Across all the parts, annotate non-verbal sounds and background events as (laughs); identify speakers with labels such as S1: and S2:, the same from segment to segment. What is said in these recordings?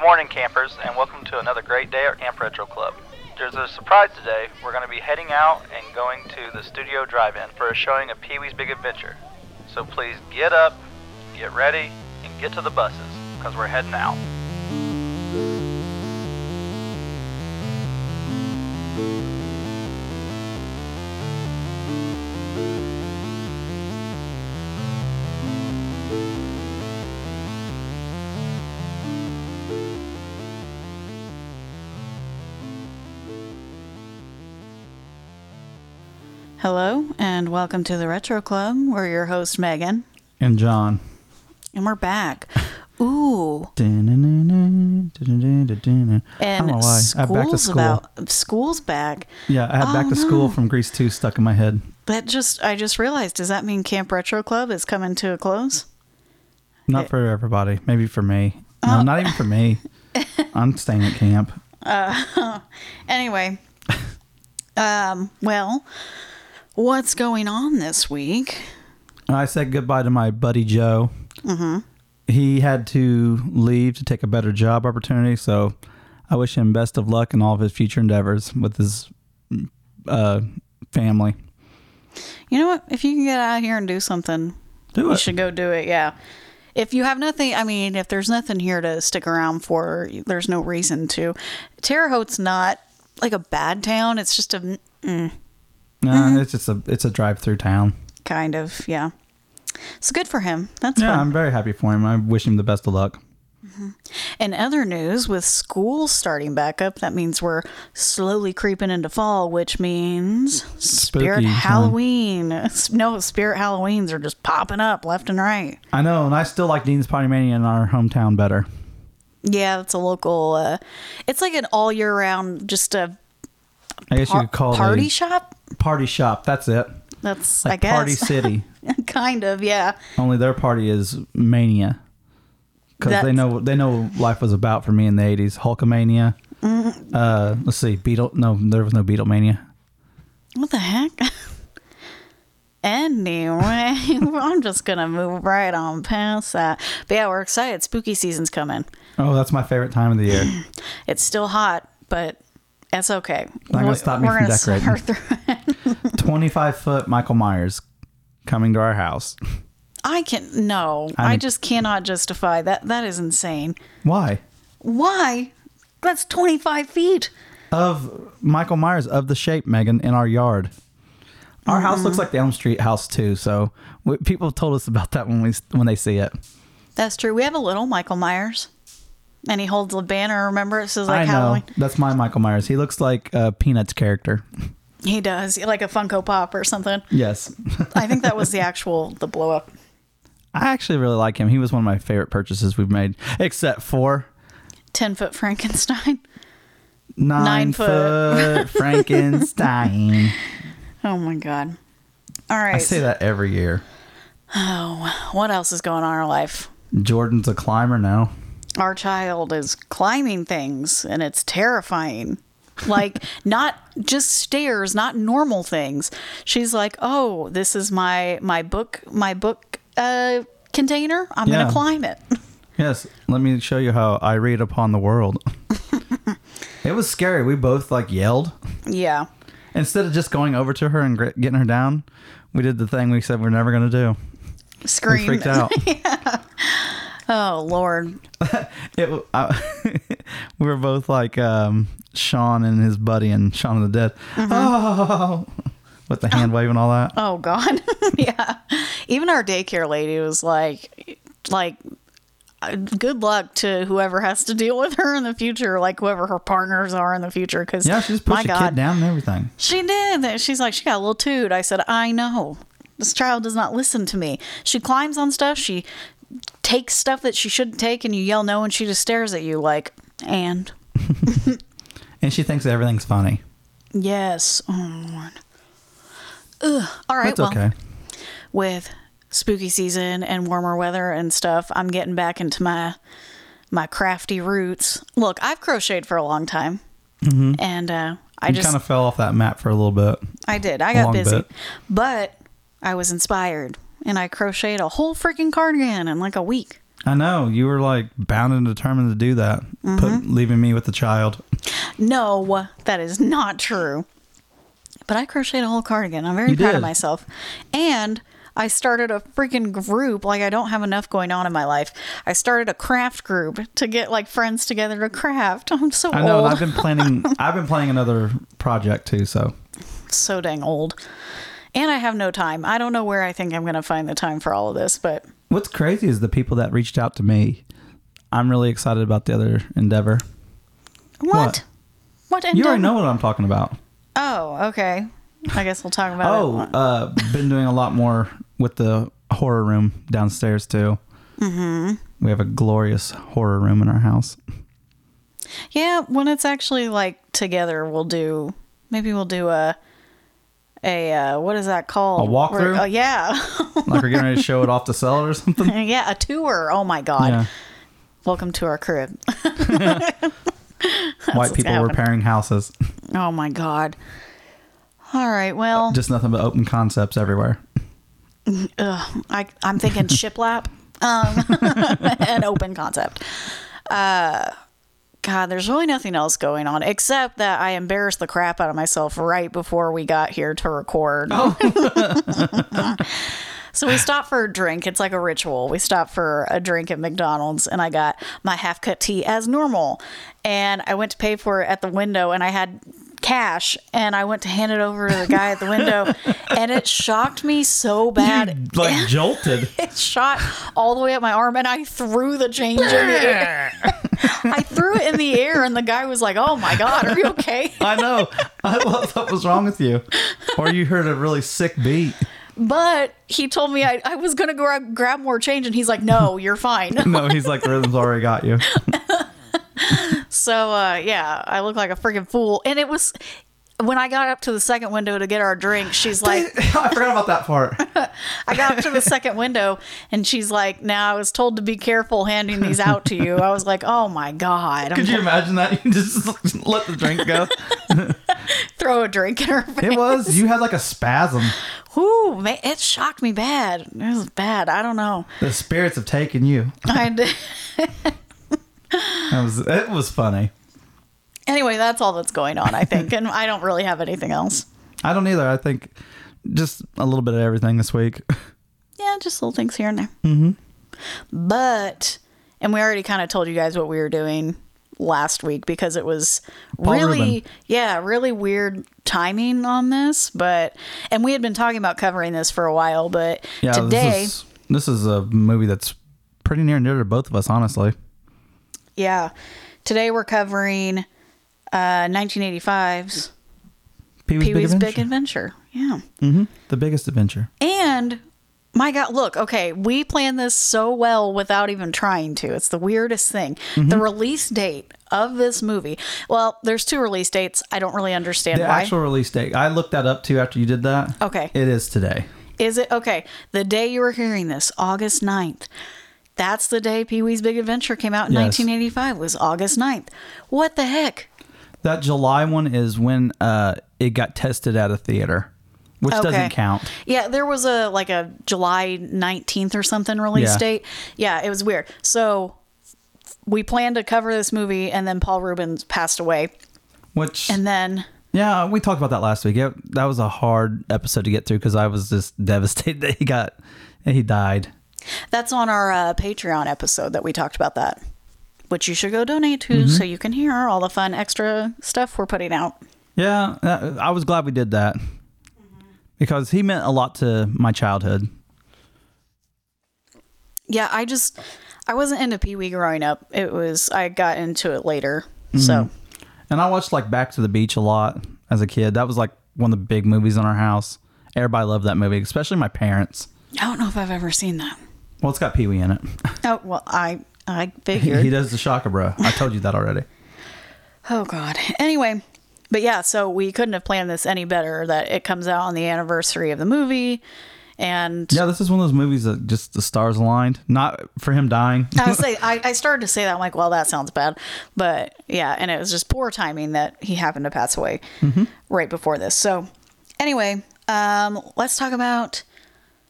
S1: morning, campers, and welcome to another great day at Camp Retro Club. There's a surprise today. We're going to be heading out and going to the studio drive in for a showing of Pee Wee's Big Adventure. So please get up, get ready, and get to the buses, because we're heading out.
S2: Hello, and welcome to the Retro Club. We're your host, Megan,
S3: and John.
S2: and we're back. Ooh,
S3: And I don't know
S2: and
S3: why. Oh, I had back to
S2: school's
S3: school.
S2: about school's back.
S3: yeah, I had back
S2: Oh,
S3: to school
S2: no.
S3: from Grease 2 stuck in my head.
S2: That just I just realized. Does that mean Camp Retro Club is coming to a close?
S3: Not for everybody. Maybe for me. No, not even for
S2: (laughs)
S3: me. I'm staying at camp. (laughs)
S2: Anyway, um, well, what's going on this week?
S3: And I said goodbye to my buddy Joe.
S2: Mm-hmm.
S3: He had to leave to take a better job opportunity. So I wish him best of luck in all of his future endeavors with his uh, family.
S2: You know what? If you can get out here and do something,
S3: Do
S2: you
S3: it.
S2: should go do it. Yeah. If you have nothing, I mean, if there's nothing here to stick around for, there's no reason to. Terre Haute's not like a bad town. It's just a Mm-hmm.
S3: No, it's just a it's a drive through town.
S2: kind of, yeah. It's good for him. That's
S3: Yeah,
S2: fun.
S3: I'm very happy for him. I wish him the best of luck.
S2: In other news, with school starting back up, that means we're slowly creeping into fall, which means
S3: Spooky
S2: Spirit
S3: time.
S2: Halloween. No, Spirit Halloweens are just popping up left and right.
S3: I know, and I still like Dean's Party Mania in our hometown better.
S2: Yeah, it's a local. Uh, it's like an all year round, just a
S3: I guess you
S2: par-
S3: could call
S2: party
S3: it a
S2: shop.
S3: party shop. That's it.
S2: That's
S3: Like
S2: I guess
S3: Party
S2: (laughs)
S3: City.
S2: kind of yeah.
S3: Only their party is mania. Because they
S2: That's-
S3: know they know what life was about for me in the eighties. Hulkamania.
S2: Mm-hmm.
S3: Uh, let's see, Beetle. No, there was no Beatlemania.
S2: What the heck? (laughs) Anyway, (laughs) I'm just gonna move right on past that. But yeah, we're excited. Spooky season's coming.
S3: Oh, that's my favorite time of the year.
S2: (laughs) It's still hot, but that's okay.
S3: gonna
S2: We-
S3: stop me
S2: we're
S3: from
S2: gonna
S3: decorating.
S2: suffer through-
S3: Twenty five foot Michael Myers coming to our house.
S2: (laughs) I can no. i
S3: I'm-
S2: just cannot justify that. That is insane.
S3: Why?
S2: Why? That's 25 feet.
S3: Of Michael Myers of the shape, Megan, in our yard. Our house
S2: Mm-hmm.
S3: looks like the Elm Street house too. So we, people have told us about that when we when they see it.
S2: That's true. We have a little Michael Myers, and he holds a banner. Remember, it says like
S3: I know.
S2: Halloween.
S3: That's my Michael Myers. He looks like a Peanuts character.
S2: He does like a Funko Pop or something.
S3: Yes.
S2: I think
S3: (laughs)
S2: that was the actual the blow up.
S3: I actually really like him. He was one of my favorite purchases we've made, except for
S2: 10 foot Frankenstein. (laughs)
S3: nine,
S2: foot.
S3: foot (laughs) Frankenstein.
S2: Oh my God. All right. Oh,
S3: I say that every year.
S2: What else is going on in our life?
S3: Jordan's a climber now.
S2: Our child is climbing things and it's terrifying.
S3: (laughs)
S2: Like, not just stairs, not normal things. She's like, oh, this is my, my book, my book, uh, container. I'm going
S3: Yeah.
S2: to climb it. (laughs)
S3: Yes, let me show you how I read upon the (laughs) world. it was scary. We both like yelled.
S2: yeah.
S3: Instead of just going over to her and gr- getting her down, we did the thing we said we're never going to do.
S2: Scream.
S3: We freaked (laughs) out.
S2: Oh, Lord.
S3: it, I, (laughs) we were both like um, Sean and his buddy and Sean of the Dead.
S2: Mm-hmm.
S3: Oh, (laughs) with the hand wave and all that.
S2: Oh God, (laughs) yeah. Even our daycare lady was like, like, uh, good luck to whoever has to deal with her in the future, like whoever her partners are in the future. Because
S3: Yeah, she just
S2: my
S3: pushed the
S2: God,
S3: kid down and everything.
S2: she did. She's like, she got a little toot. I said, I know. This child does not listen to me. She climbs on stuff. She takes stuff that she shouldn't take, and you yell no, and she just stares at you like, and
S3: And she thinks everything's funny.
S2: yes, oh Lord. Ugh. All right,
S3: That's
S2: well.
S3: okay.
S2: with spooky season and warmer weather and stuff, I'm getting back into my my crafty roots. Look, I've crocheted for a long time, and uh, I
S3: Mm-hmm. You
S2: just
S3: kind of fell off that map for a little bit.
S2: I did. I got
S3: long
S2: busy,
S3: bit.
S2: but I was inspired, and I crocheted a whole freaking cardigan in like a week.
S3: I know you were like bound and determined to do that, put,
S2: Mm-hmm.
S3: leaving me with the child.
S2: No, that is not true. But I crocheted a whole cardigan. I'm very
S3: You
S2: proud
S3: did.
S2: of myself. And I started a freaking group. Like, I don't have enough going on in my life. I started a craft group to get like friends together to craft. (laughs) I'm so
S3: I know,
S2: old.
S3: and I've been
S2: (laughs)
S3: planning. I've been planning another project too. So
S2: so dang old. And I have no time. I don't know where I think I'm going to find the time for all of this, but
S3: what's crazy is the people that reached out to me. I'm really excited about the other endeavor.
S2: what?
S3: What?
S2: What?
S3: You
S2: endeavor?
S3: already know what I'm talking about.
S2: Oh, okay. I guess we'll talk about
S3: Oh,
S2: it.
S3: uh, been doing a lot more with the horror room downstairs too. Mm-hmm. We have a glorious horror room in our house.
S2: Yeah, when it's actually like together, we'll do maybe we'll do a a uh, what is that called?
S3: A walkthrough?
S2: Where- oh, yeah, (laughs)
S3: Like we're getting ready to show it off to seller or (laughs) something.
S2: yeah, a tour. Oh my god!
S3: Yeah.
S2: Welcome to our crib. (laughs)
S3: White people
S2: happening.
S3: repairing houses.
S2: Oh my god. All right. Well,
S3: Just nothing but open concepts everywhere.
S2: ugh, I I'm thinking shiplap um, (laughs) and open concept. Uh, God, there's really nothing else going on except that I embarrassed the crap out of myself right before we got here to record. (laughs) So we stopped for a drink. It's like a ritual. We stopped for a drink at McDonald's and I got my half cut tea as normal. And I went to pay for it at the window and I had cash and I went to hand it over to the guy at the window and it shocked me so bad.
S3: (laughs) like jolted.
S2: It shot all the way up my arm and I threw the change in
S3: (laughs)
S2: the air. I threw it in the air and the guy was like, Oh my God, are you okay?
S3: I know. I what what was wrong with you? Or you heard a really sick beat.
S2: But he told me I, I was going to grab, grab more change and he's like, No, you're fine. (laughs)
S3: No, he's like the rhythm's already got you.
S2: So uh, yeah, I look like a freaking fool. And it was when I got up to the second window to get our drink, she's like,
S3: (laughs) I forgot about that part.
S2: I got up to the second window, and she's like, now I was told to be careful handing these out to you. I was like, oh my god, I'm
S3: Could
S2: gonna
S3: you imagine that? You just (laughs) let the drink go.
S2: throw a drink in her face.
S3: It was. You had like a spasm.
S2: Ooh, man, it shocked me bad. It was bad. I don't know.
S3: The spirits have taken you.
S2: I did.
S3: That was it was funny.
S2: (laughs) Anyway, that's all that's going on, I think, and I don't really have anything else.
S3: I don't either. I think just a little bit of everything this week. (laughs)
S2: Yeah, just little things here and there. Mm-hmm. But, and we already kind of told you guys what we were doing last week because it was
S3: Paul
S2: really,
S3: Rubin.
S2: yeah, really weird timing on this. But, and we had been talking about covering this for a while, but
S3: Yeah,
S2: today,
S3: this is this is a movie that's pretty near and dear to both of us, honestly.
S2: yeah, today we're covering uh 1985's
S3: Pee-wee's,
S2: Pee Wee's Big
S3: Adventure.
S2: Adventure. Yeah.
S3: the biggest adventure.
S2: And my God, look, okay, we planned this so well without even trying to. It's the weirdest thing.
S3: Mm-hmm.
S2: The release date of this movie. Well, there's two release dates. I don't really understand
S3: The
S2: why.
S3: actual release date. I looked that up too after you did that.
S2: Okay.
S3: It is today.
S2: Is it okay? The day you were hearing this, August 9th. That's the day Pee Wee's Big Adventure came out in
S3: Yes.
S2: 1985 was August 9th. What the heck?
S3: That July one is when uh it got tested at a theater, which doesn't count.
S2: Yeah, there was a like a July 19th or something release
S3: Yeah.
S2: date. Yeah, it was weird. So we planned to cover this movie and then Paul Rubens passed away.
S3: Which
S2: And then
S3: yeah, we talked about that last week. It, that was a hard episode to get through because I was just (laughs) devastated that he got that he died.
S2: that's on our uh, Patreon episode that we talked about that, which you should go donate to so you can hear all the fun extra stuff we're putting out.
S3: Yeah, uh, I was glad we did that because he meant a lot to my childhood.
S2: Yeah, I just I wasn't into Pee Wee growing up. It was I got into it later. So
S3: And I watched like Back to the Beach a lot as a kid. That was like one of the big movies in our house. Everybody loved that movie, especially my parents.
S2: I don't know if I've ever seen that.
S3: Well, it's got Pee Wee in it. (laughs)
S2: Oh well, I I
S3: He, (laughs)
S2: figured.
S3: he does the Shaka Bro. I told you that already.
S2: Oh God. Anyway, but yeah, so we couldn't have planned this any better. That it comes out on the anniversary of the movie, and
S3: Yeah, this is one of those movies that just the stars aligned. Not for him dying.
S2: (laughs) I was say I, I started to say that I'm like, well, that sounds bad, but yeah, and it was just poor timing that he happened to pass away right before this. So anyway, um, let's talk about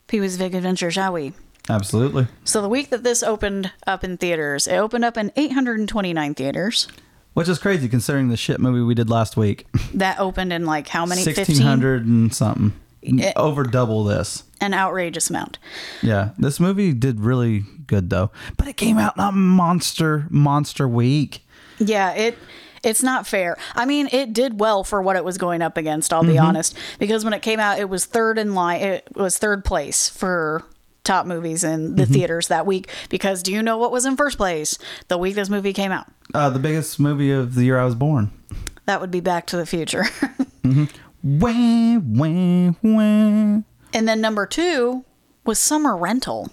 S2: Pee Wee's Big Adventure, shall we?
S3: Absolutely.
S2: So the week that this opened up in theaters, it opened up in 829 theaters.
S3: Which is crazy considering the shit movie we did last week.
S2: That opened in like how many? 15?
S3: 1600 and something.
S2: Yeah.
S3: Over double this.
S2: An outrageous amount.
S3: Yeah. This movie did really good though. But it came out in a monster, monster week.
S2: Yeah, it it's not fair. I mean, it did well for what it was going up against, I'll
S3: Mm-hmm.
S2: be honest, because when it came out, it was third in line, it was third place for top movies in
S3: Mm-hmm.
S2: the theaters that week because do you know what was in first place the week this movie came out?
S3: Uh, the biggest movie of the year I was born.
S2: That would be Back to the Future. (laughs)
S3: Wah, wah, wah.
S2: and then number 2 was Summer Rental.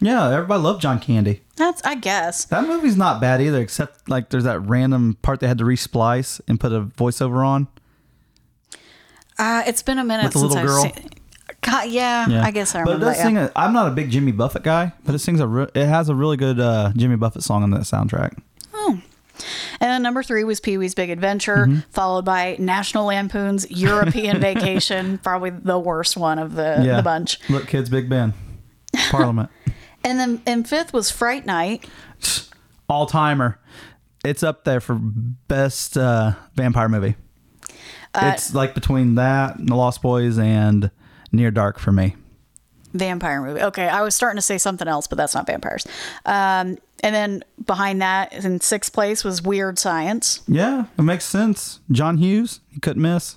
S3: Yeah, everybody loved John Candy.
S2: That's I guess.
S3: That movie's not bad either, except like there's that random part they had to resplice and put a voiceover on.
S2: Uh, it's been a minute
S3: With the
S2: since
S3: little girl?
S2: I've seen. God, yeah, I guess I remember
S3: But it does
S2: that.
S3: sing
S2: yeah.
S3: a, I'm not a big Jimmy Buffett guy, but it sings a. Re- it has a really good uh, Jimmy Buffett song on that soundtrack.
S2: And then number three was Pee Wee's Big Adventure,
S3: Mm-hmm.
S2: followed by National Lampoon's
S3: (laughs)
S2: European Vacation, probably the worst one of the, the bunch.
S3: Look, kids, Big Ben, Parliament,
S2: And then in fifth was Fright Night.
S3: all timer. It's up there for best uh, vampire movie.
S2: Uh,
S3: it's like between that, and The Lost Boys, and Near Dark for me.
S2: Vampire movie. Okay, I was starting to say something else, but that's not vampires. Um, and then behind that, in sixth place, was Weird Science.
S3: Yeah, it makes sense. John Hughes, you couldn't miss.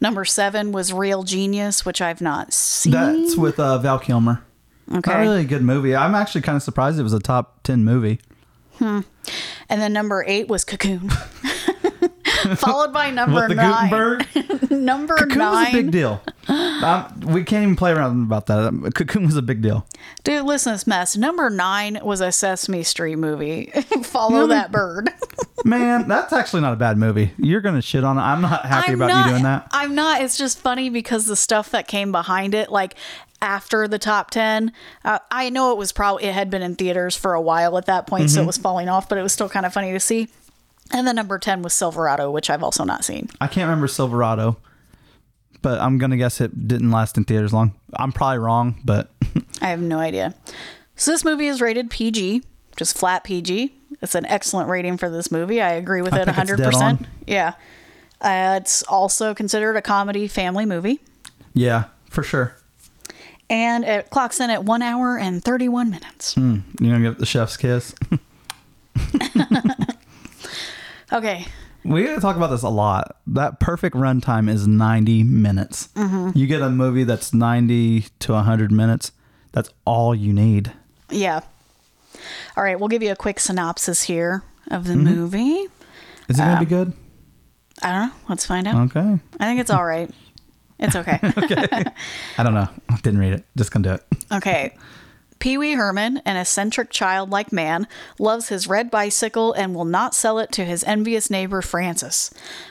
S2: Number seven was Real Genius, which I've not seen.
S3: That's with uh, Val Kilmer.
S2: okay.
S3: Not really a good movie. I'm actually kind of surprised it was a top 10 movie.
S2: And then number eight was Cocoon. (laughs) Followed by number
S3: with the
S2: nine.
S3: Gutenberg.
S2: (laughs) Number
S3: Cocoon
S2: nine.
S3: was a big deal. Um, we can't even play around about that. Um, Cocoon was a big deal.
S2: Dude, listen to this mess. Number nine was a Sesame Street movie. (laughs) Follow that (laughs) bird.
S3: Man, that's actually not a bad movie. You're going to shit on it. I'm not happy about
S2: not,
S3: you doing that.
S2: I'm not. It's just funny because the stuff that came behind it, like after the top 10, uh, I know it was probably, it had been in theaters for a while at that point,
S3: Mm-hmm.
S2: so it was falling off, but it was still kind of funny to see. And then number 10 was Silverado, which I've also not seen.
S3: I can't remember Silverado, but I'm going to guess it didn't last in theaters long. I'm probably wrong, but
S2: I have no idea. So this movie is rated PG, just flat PG. It's an excellent rating for this movie. I agree with
S3: I
S2: it
S3: think it's dead
S2: 100%.
S3: on.
S2: Yeah. Uh, it's also considered a comedy family movie.
S3: yeah, for sure.
S2: And it clocks in at one hour and 31 minutes.
S3: You're going to give it the chef's kiss. (laughs)
S2: Okay.
S3: We gotta talk about this a lot. That perfect runtime is 90 minutes. You get a movie that's 90 to 100 minutes. That's all you need.
S2: Yeah. All right. We'll give you a quick synopsis here of
S3: Mm-hmm.
S2: the movie.
S3: Is it gonna be good?
S2: I don't know. Let's find out.
S3: Okay.
S2: I think it's all right.
S3: (laughs)
S2: It's okay.
S3: I don't know. I didn't read it. Just gonna do it.
S2: Okay. Pee Wee Herman, an eccentric childlike man, loves his red bicycle and will not sell it to his envious neighbor Francis.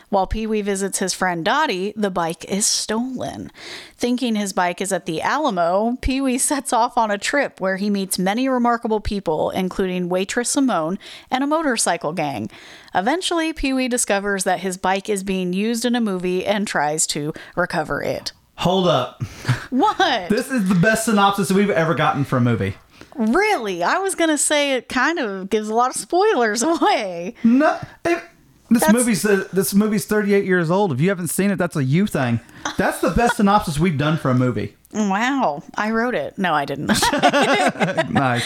S2: While Pee Wee visits his friend Dottie, the bike is stolen. Thinking his bike is at the Alamo, Pee Wee sets off on a trip where he meets many remarkable people, including waitress Simone and a motorcycle gang. Eventually, Pee Wee discovers that his bike is being used in a movie and tries to recover it.
S3: Hold up.
S2: What?
S3: This is the best synopsis we've ever gotten for a movie.
S2: Really? I was going to say it kind of gives a lot of spoilers (laughs) away.
S3: No. It, this
S2: That's-
S3: movie's uh, this movie's 38 years old. If you haven't seen it, that's a you thing. That's the best synopsis we've done for a movie.
S2: Wow. I wrote it. No, I didn't. (laughs)
S3: Nice.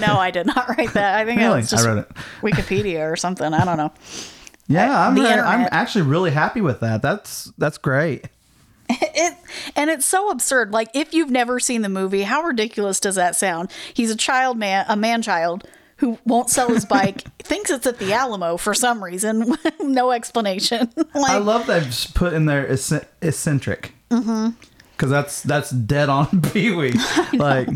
S2: no, I did not write that. I think it
S3: Really?
S2: was just
S3: I wrote it.
S2: Wikipedia or something. I don't know. (laughs)
S3: Yeah, I'm
S2: The
S3: re- I'm
S2: internet.
S3: actually really happy with that. That's that's great.
S2: It and it's so absurd. Like if you've never seen the movie, how ridiculous does that sound? He's a child man, a man child who won't sell his bike, (laughs) thinks it's at the Alamo for some reason, (laughs) no explanation. (laughs) like
S3: I love that I've just put in there ecc- eccentric. Mm-hmm. Because that's that's dead on (laughs) Pee
S2: (laughs)
S3: Wee. Like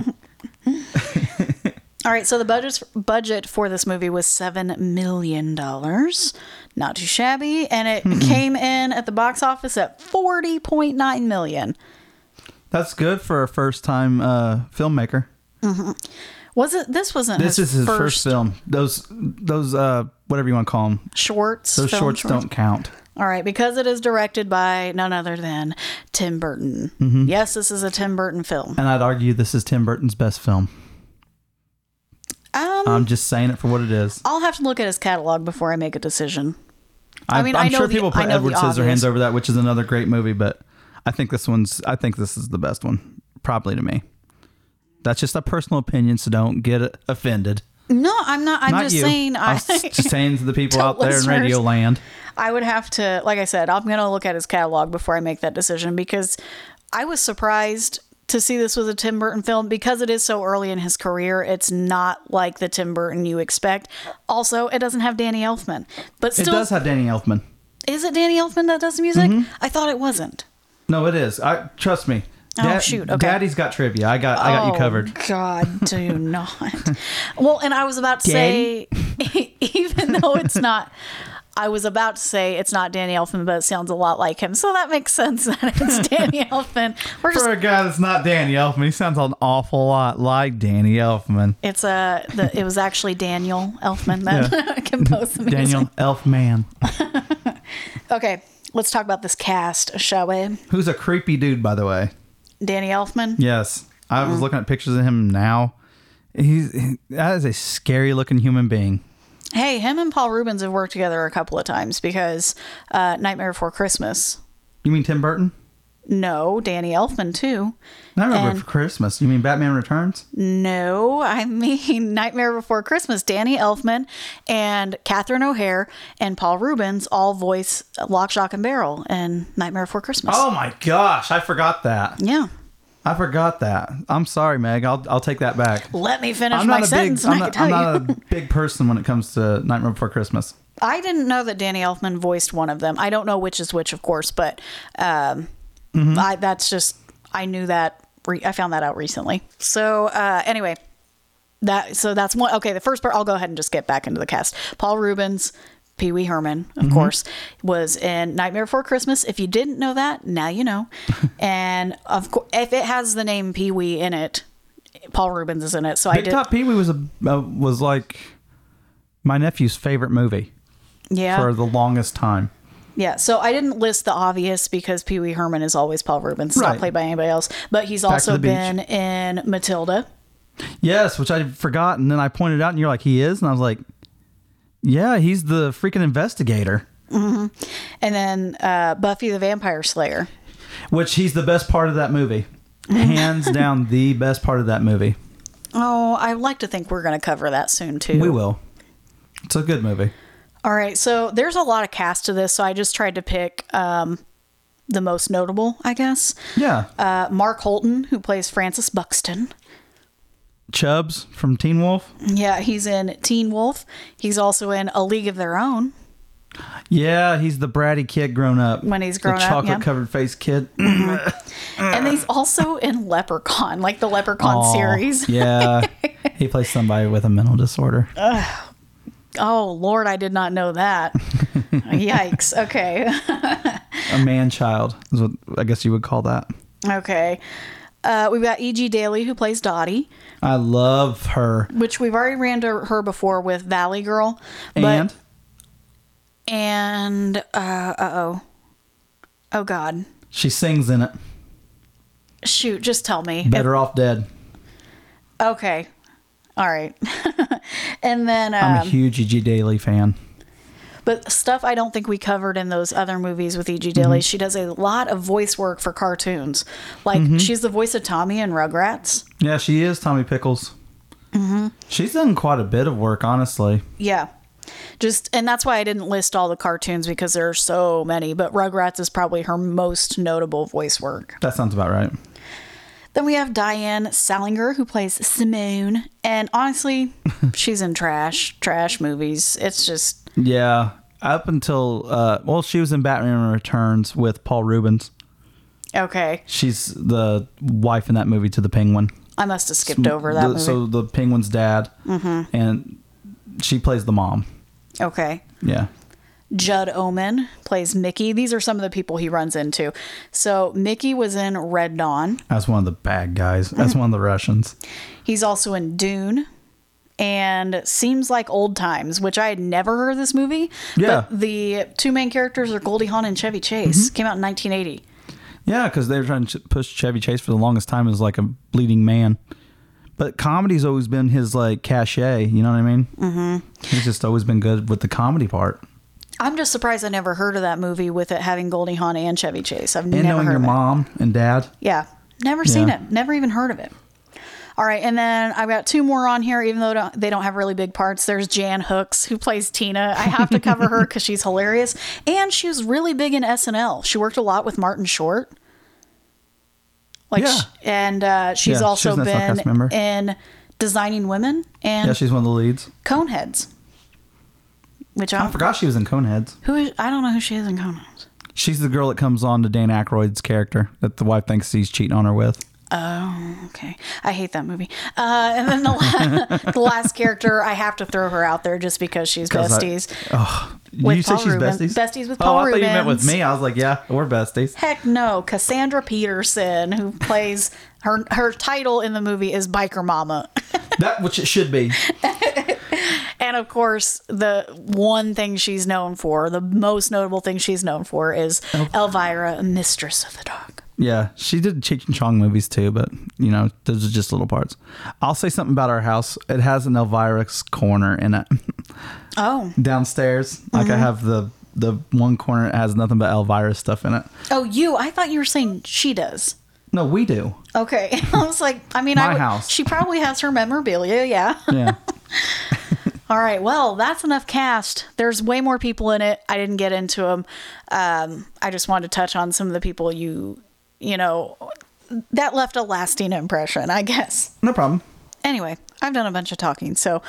S2: All right, so the budget budget for this movie was seven million dollars, not too shabby, and it
S3: Hmm.
S2: came in at the box office at forty point nine million.
S3: that's good for a first time uh, filmmaker.
S2: Was it? This wasn't.
S3: This
S2: his
S3: is his first,
S2: first,
S3: film. Those those uh, whatever you want to call them.
S2: shorts.
S3: Those
S2: film
S3: shorts don't count.
S2: All right, because it is directed by none other than Tim Burton.
S3: Mm-hmm.
S2: Yes, this is a Tim Burton film.
S3: And I'd argue this is Tim Burton's best film.
S2: Um,
S3: I'm just saying it for what it is.
S2: I'll have to look at his catalog before I make a decision.
S3: I,
S2: I mean,
S3: I'm
S2: I know
S3: sure
S2: the-
S3: people
S2: I
S3: put
S2: know
S3: Edward
S2: the obvious.
S3: Scissorhands over that, which is another great movie, but I think this one's. I think this is the best one, probably to me. That's just a personal opinion, so don't get offended.
S2: No, I'm not. I'm
S3: Not
S2: just
S3: you.
S2: saying.
S3: I'm
S2: I,
S3: s-
S2: (laughs)
S3: just saying to the people
S2: To
S3: out there in
S2: listeners.
S3: Radio Land.
S2: I would have to, like I said, I'm going to look at his catalog before I make that decision because I was surprised to see this was a Tim Burton film because it is so early in his career. It's not like the Tim Burton you expect. Also, it doesn't have Danny Elfman, but
S3: It
S2: still,
S3: does Mm-hmm. have Danny Elfman.
S2: is it Danny Elfman that does the music? I thought it wasn't.
S3: No, it is. I trust me.
S2: Oh, shoot, okay.
S3: Daddy's got trivia. I got. I got you covered.
S2: Oh, God,
S3: (laughs)
S2: do not. Well, and I was about to say, (laughs) even though it's not, I was about to say it's not Danny Elfman, but it sounds a lot like him. So that makes sense (laughs) that it's
S3: (laughs)
S2: Danny Elfman. We're just,
S3: For a guy that's not Danny Elfman, he sounds an awful lot like Danny
S2: (laughs)
S3: Elfman.
S2: it's a, the, it was actually Daniel Elfman that (laughs) composed the music.
S3: Daniel Elfman,
S2: Okay, let's talk about this cast, shall we?
S3: who's a creepy dude, by the way.
S2: Danny Elfman.
S3: Yes, I
S2: Mm.
S3: was looking at pictures of him now. He's he- that is a scary looking human being.
S2: Hey, him and Paul Rubens have worked together a couple of times because uh, Nightmare Before Christmas.
S3: You mean Tim Burton?
S2: No, Danny Elfman too.
S3: I remember
S2: And-
S3: for Christmas. You mean Batman Returns?
S2: No, I (laughs) mean Nightmare Before Christmas. Danny Elfman and Catherine O'Hare and Paul Rubens all voice Lock, Shock, and Barrel in Nightmare Before Christmas.
S3: Oh my gosh, I forgot that.
S2: Yeah.
S3: I forgot that. I'm sorry, Meg. I'll I'll take that back.
S2: Let me finish
S3: I'm
S2: my
S3: not a big
S2: sentence
S3: I'm
S2: and I
S3: not,
S2: can
S3: I'm
S2: tell you.
S3: not a
S2: (laughs)
S3: big person when it comes to Nightmare Before Christmas.
S2: I didn't know that Danny Elfman voiced one of them. I don't know which is which, of course, but um,
S3: Mm-hmm.
S2: I, that's just, I knew that. Re- I found that out recently. So, uh, anyway, that so that's one okay the first part i'll go ahead and just get back into the cast paul rubens pee-wee herman of
S3: Mm-hmm.
S2: course was in nightmare before christmas if you didn't know that now
S3: (laughs)
S2: you know and of course if it has the name pee-wee in it paul rubens is in it so i
S3: Big
S2: did
S3: Top Pee Wee was a uh, was like my nephew's favorite movie
S2: yeah
S3: for the longest time.
S2: yeah so i didn't list the obvious because pee-wee herman is always paul rubens it's
S3: Right.
S2: not played by anybody else but he's also
S3: the beach.
S2: been in matilda
S3: Yes, which I forgot, and then I pointed out, and you're like, he is, and I was like, yeah, he's the freaking investigator.
S2: and then uh, buffy the vampire slayer
S3: Which he's the best part of that
S2: (laughs)
S3: movie, hands down, the best part of that movie.
S2: oh i like to think we're going to cover that soon too
S3: We will. It's a good movie.
S2: All right, so there's a lot of cast to this, so I just tried to pick um, the most notable, I guess.
S3: Yeah,
S2: Uh, Mark Holton, who plays Francis Buxton.
S3: Chubbs from Teen Wolf.
S2: Yeah, he's in Teen Wolf. He's also in A League of Their Own.
S3: Yeah, he's the bratty kid grown up.
S2: When he's grown up,
S3: the
S2: yeah.
S3: chocolate covered face kid.
S2: And he's also in Leprechaun, like the Leprechaun
S3: Mm. Aw,
S2: series. (laughs) Uh.
S3: yeah, he plays somebody with a mental disorder.
S2: Oh, Lord, I did not know that.
S3: (laughs)
S2: Yikes. Okay. (laughs)
S3: a man child is what I guess you would call that.
S2: Okay. Uh, we've got E.G. Daly, who plays Dottie,
S3: I love her.
S2: which we've already ran to her before with Valley Girl.
S3: and
S2: and uh oh oh god
S3: she sings in it.
S2: shoot just tell me
S3: Better off dead.
S2: okay all right (laughs) and then
S3: I'm a
S2: um,
S3: huge E.G. Daily fan.
S2: but stuff i don't think we covered in those other movies with eg daly
S3: Mm-hmm.
S2: she does a lot of voice work for cartoons like
S3: Mm-hmm.
S2: she's the voice of tommy in rugrats
S3: Yeah, she is Tommy Pickles.
S2: Mm-hmm.
S3: She's done quite a bit of work, honestly.
S2: yeah just and that's why i didn't list all the cartoons because there are so many but rugrats is probably her most notable voice work
S3: That sounds about right.
S2: Then we have Diane Salinger, who plays Simone. And
S3: (laughs)
S2: honestly, she's in trash, trash movies. It's just,
S3: Yeah, up until uh, well, she was in Batman Returns with Paul Rubens.
S2: okay,
S3: She's the wife in that movie to the Penguin.
S2: I must have skipped over that
S3: The-
S2: movie. Mm-hmm.
S3: So the Penguin's dad, and she plays the mom.
S2: okay.
S3: Yeah,
S2: Judd Omen plays Mickey. These are some of the people he runs into. So Mickey was in Red Dawn. Mm-hmm.
S3: that's one of the bad guys. That's one of the Russians.
S2: He's also in Dune and seems like old times, which I had never heard of this movie.
S3: Yeah. Mm-hmm.
S2: But the two main characters are Goldie Hawn and Chevy Chase. Came out in 1980.
S3: Yeah, because they were trying to ch- push Chevy Chase for the longest time as like a bleeding man. But comedy's always been his like cachet. You know what I mean? Mm-hmm. He's just always been good with the comedy part.
S2: I'm just surprised I never heard of that movie with it having Goldie Hawn and Chevy Chase. I've
S3: And
S2: never
S3: knowing
S2: heard
S3: your
S2: of it.
S3: mom and dad.
S2: Yeah. Never seen
S3: Yeah.
S2: it. Never even heard of it. All right. And then I've got two more on here, even though don't- they don't have really big parts. There's Jan Hooks, who plays Tina. I have to cover her because she's hilarious. And she was really big in SNL. She worked a lot with Martin Short. Like,
S3: Yeah.
S2: sh and uh, she's
S3: Yeah, she
S2: also
S3: was in that
S2: been
S3: Southcast member.
S2: in Designing Women and
S3: Yeah, she's one of the leads.
S2: Coneheads, which I,
S3: I
S2: don't,
S3: forgot she was in Coneheads.
S2: who is, I don't know who she is in Coneheads.
S3: She's the girl that comes on to Dan Aykroyd's character that the wife thinks he's cheating on her with.
S2: Okay. I hate that movie. Uh, and then the, la- (laughs) the last character, I have to throw her out there just because she's
S3: 'Cause I-
S2: besties.
S3: you
S2: With
S3: say
S2: Paul
S3: she's
S2: Rubens.
S3: besties?
S2: Besties with
S3: Oh,
S2: Paul
S3: I thought you meant with
S2: Rubens.
S3: me. I was like, yeah, we're besties.
S2: Heck no. Cassandra Peterson, who plays her, her title in the movie is Biker Mama.
S3: that which it should be.
S2: And of course, the one thing she's known for, the most notable thing she's known for is
S3: Oh.
S2: Elvira, Mistress of the Dark.
S3: Yeah, she did Cheech and Chong movies too, but you know, those are just little parts. I'll say something about our house. It has an Elvira's corner in it (laughs)
S2: Oh.
S3: downstairs. Like I have the the one corner that has nothing but Elvira stuff in it.
S2: Oh, you. I thought you were saying she does.
S3: No, we do.
S2: Okay. (laughs) I was like, I mean, I
S3: My
S2: would-
S3: house.
S2: she probably has her memorabilia. Yeah.
S3: Yeah,
S2: All right, well, that's enough cast. There's way more people in it. I didn't get into them. Um, I just wanted to touch on some of the people you, you know, that left a lasting impression, I guess.
S3: no problem.
S2: Anyway, I've done a bunch of talking, so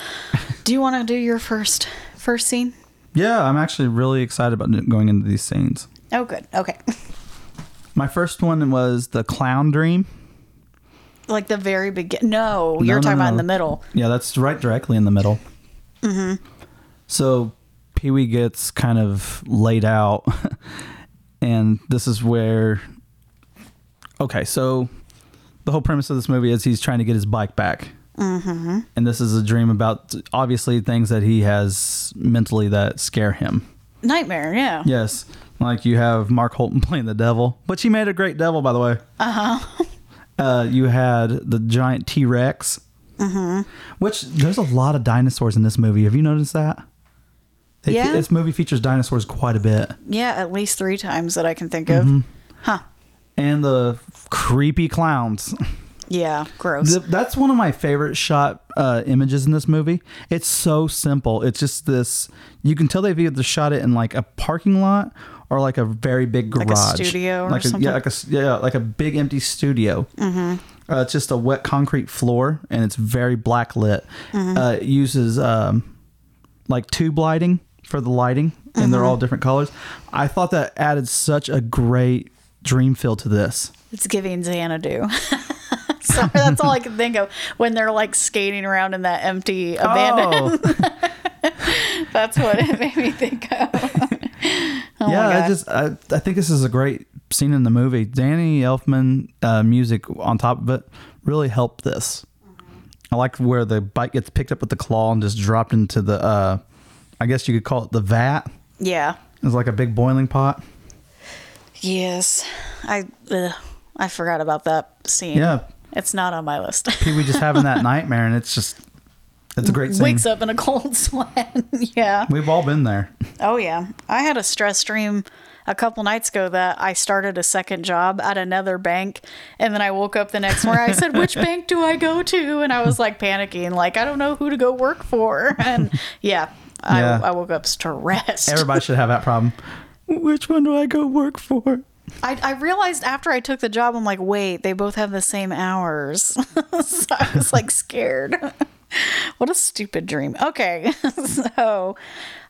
S2: do you want to do your first first scene?
S3: Yeah, I'm actually really excited about going into these scenes.
S2: Oh, good. Okay,
S3: My first one was the clown dream.
S2: like the very begin. No,
S3: No,
S2: Oh, you're
S3: no,
S2: talking about in
S3: no.
S2: the middle.
S3: Yeah, that's right directly in the middle. Mm-hmm. So Pee Wee gets kind of laid out, (laughs) and this is where. Okay, so the whole premise of this movie is he's trying to get his bike back. Mm-hmm. And this is a dream about obviously things that he has mentally that scare him.
S2: Nightmare. Yeah.
S3: Yes. Like you have Mark Holton (laughs) playing the devil, which he made a great devil, by the way. Uh-huh. (laughs) You had the giant T Rex, which there's a lot of dinosaurs in this movie. Have you noticed that? They fe-
S2: Yeah.
S3: this movie features dinosaurs quite a bit,
S2: Yeah, at least three times that I can think of.
S3: Mm-hmm.
S2: Huh.
S3: and the creepy clowns. (laughs)
S2: Yeah. Gross.
S3: Th- That's one of my favorite shot uh, images in this movie. It's so simple. It's just this. You can tell they've either shot it in like a parking lot or like a very big garage,
S2: a studio or
S3: like a,
S2: something?
S3: Yeah, like a s- yeah, like a big empty studio. Mm-hmm. Uh, it's just a wet concrete floor, and it's very black lit.
S2: Mm-hmm.
S3: Uh, it uses um, like tube lighting for the lighting, and
S2: Mm-hmm.
S3: they're all different colors. I thought that added such a great dream feel to this.
S2: It's giving Xanadu. (laughs) Sorry, that's all I can think of when they're like skating around in that empty abandoned. (laughs)
S3: Oh.
S2: That's what it made me think of. oh
S3: yeah, I
S2: God.
S3: just I, I think this is a great scene in the movie. Danny Elfman uh, music on top of it really helped this. I like where the bike gets picked up with the claw and just dropped into the uh, I guess you could call it the vat.
S2: yeah.
S3: It's like a big boiling pot.
S2: Yes. I ugh, I forgot about that scene.
S3: Yeah.
S2: It's not on my list.
S3: Pee Wee just having (laughs) that nightmare and it's just it's a great scene.
S2: (laughs) Wakes up in a cold (laughs) sweat. yeah.
S3: We've all been there.
S2: Oh yeah. I had a stress dream a couple nights ago that I started a second job at another bank and then I woke up the next morning I said, "Which bank do I go to?" and I was like panicking like I don't know who to go work for. (laughs) And yeah,
S3: Yeah.
S2: I, I woke up stressed.
S3: Everybody should have that problem. Which one do I go work for?
S2: I, I realized after I took the job, I'm like, wait, they both have the same hours. (laughs) so I was like scared. (laughs) what a stupid dream. Okay. (laughs) so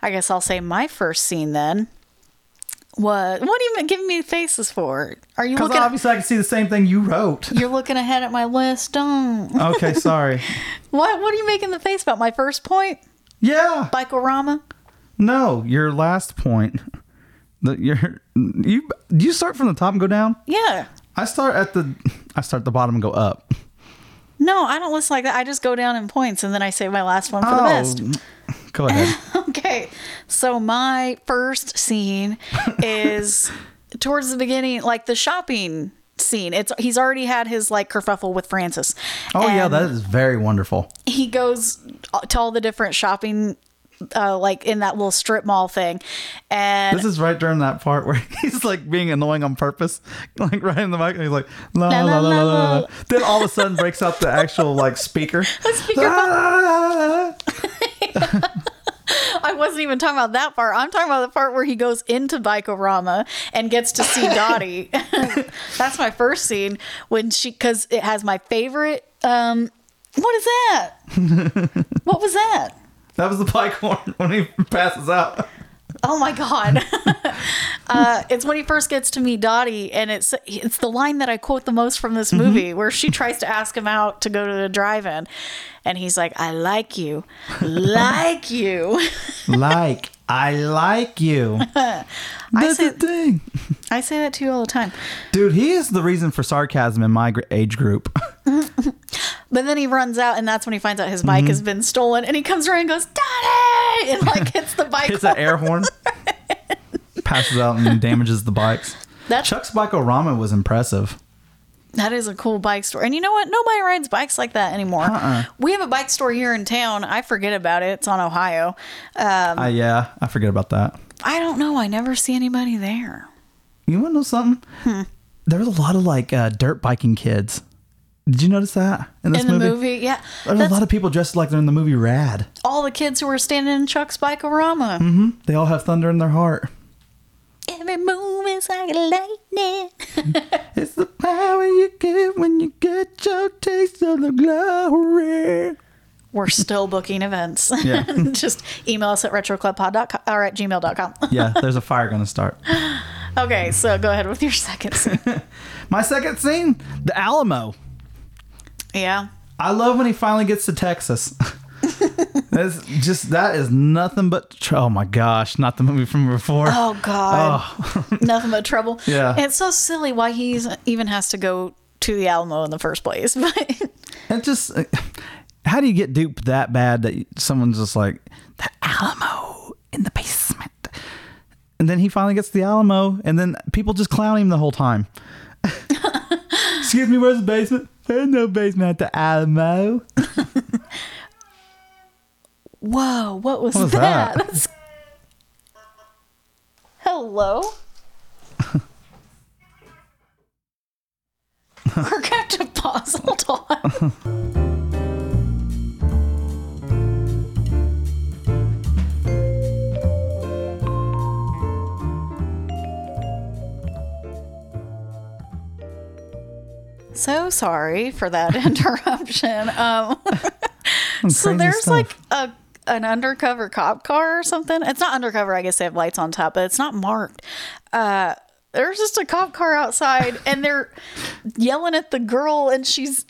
S2: I guess I'll say my first scene then. What what are you giving me faces for? Are you
S3: Because (laughs)
S2: looking
S3: obviously I can see the same thing you wrote.
S2: you're looking ahead at my list? Don't
S3: Okay, (laughs) sorry.
S2: what what are you making the face about? My first point?
S3: Yeah.
S2: Bikorama?
S3: No, your last point. The, your you do you start from the top and go down?
S2: Yeah.
S3: I start at the I start at the bottom and go up.
S2: No, I don't list like that. I just go down in points and then I save my last one for
S3: Oh,
S2: the best.
S3: Go (laughs) ahead.
S2: (laughs) Okay. So my first scene
S3: (laughs)
S2: is towards the beginning, like the shopping scene. It's he's already had his like kerfuffle with Francis.
S3: Oh yeah,
S2: And
S3: that is very wonderful.
S2: he goes to all the different shopping uh, like in that little strip mall thing. And
S3: This is right during that part where (laughs) he's like being annoying on purpose, (laughs) like right in the mic, and he's like la la la la. la, la. Then all of a sudden breaks out the actual like (laughs) speaker. Ah!
S2: I wasn't even talking about that part. I'm talking about the part where he goes into Bikorama and gets to see Dottie. That's my first scene when she, because it has my favorite. Um, what is that? what was that?
S3: That was the pike (laughs) horn when he passes out.
S2: Oh my god! (laughs) uh, it's when he first gets to meet Dottie, and it's it's the line that I quote the most from this movie, where she tries to ask him out to go to the drive-in, and he's like, "I like you, like you."
S3: Like I like you. That's
S2: say-
S3: the thing,
S2: I say that to you all the time.
S3: dude. He is the reason for sarcasm in my gr- age group. (laughs)
S2: But then he runs out, and that's when he finds out his bike
S3: Mm-hmm.
S2: has been stolen. And he comes around and goes, "Daddy!" (laughs) and like hits the bike.
S3: hits that air
S2: (laughs)
S3: horn, passes out and damages the bikes.
S2: That's-
S3: Chuck's Bikorama was impressive.
S2: that is a cool bike store. And you know what? Nobody rides bikes like that anymore.
S3: Uh-uh.
S2: We have a bike store here in town. I forget about it. It's on Ohio. Um,
S3: Ah, yeah, I forget about that.
S2: I don't know. I never see anybody there.
S3: You want to know something?
S2: Hmm.
S3: There was a lot of like uh, dirt biking kids. Did you notice that in this
S2: In the
S3: movie?
S2: movie, yeah,
S3: There's
S2: that's
S3: a lot of people dressed like they're in the movie Rad.
S2: all the kids who were standing in Chuck's Bikorama.
S3: They all have thunder in their heart.
S2: Every move is like lightning.
S3: It's the power you get when you get your taste of the glory.
S2: We're still booking events. (laughs)
S3: Yeah.
S2: Just email us at retroclubpod.com or at gmail.com.
S3: Yeah, there's a fire gonna
S2: (laughs)
S3: start.
S2: okay, so go ahead with your
S3: (laughs)
S2: second scene.
S3: My second scene, the Alamo.
S2: Yeah.
S3: I love when he finally gets to Texas. (laughs) That's just that is nothing but tr- oh my gosh, not the movie from before.
S2: Oh God, (laughs) nothing but trouble.
S3: Yeah.
S2: And it's so silly why he even has to go to the Alamo in the first place. (laughs) But
S3: It just how do you get duped that bad that someone's just like the Alamo in the basement, and then he finally gets to the Alamo, and then people just clown him the whole time. (laughs) Excuse me, where's the basement? There's no basement at the
S2: (laughs)
S3: Alamo.
S2: whoa, what was,
S3: was
S2: that?
S3: that?
S2: That's- (laughs) Hello. We're going to pause. Hold on. So sorry for that (laughs) interruption. Um, so
S3: crazy
S2: there's
S3: stuff.
S2: like a an undercover cop car or something. It's not undercover, I guess they have lights on top, but it's not marked. Uh, there's just a cop car outside, and they're yelling at the girl, and she's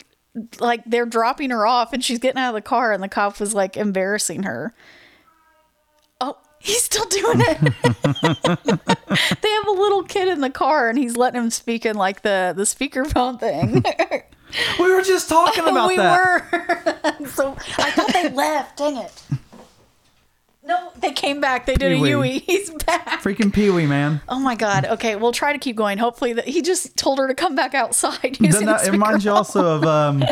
S2: like, they're dropping her off, and she's getting out of the car, and the cop was like embarrassing her. Oh, he's still doing it. (laughs) they have a little kid in the car, and he's letting him speak in like the the speakerphone thing.
S3: We were just talking about
S2: (laughs) we
S3: that.
S2: were. (laughs) so I thought they left. Dang it. No, they came back. They did
S3: Pee-wee.
S2: a Yui. He's back.
S3: Freaking Pee Wee, man.
S2: Oh my god. Okay, we'll try to keep going. Hopefully that he just told her to come back outside (laughs) using
S3: Then
S2: the
S3: that reminds you
S2: speakerphone.
S3: also of (laughs) um,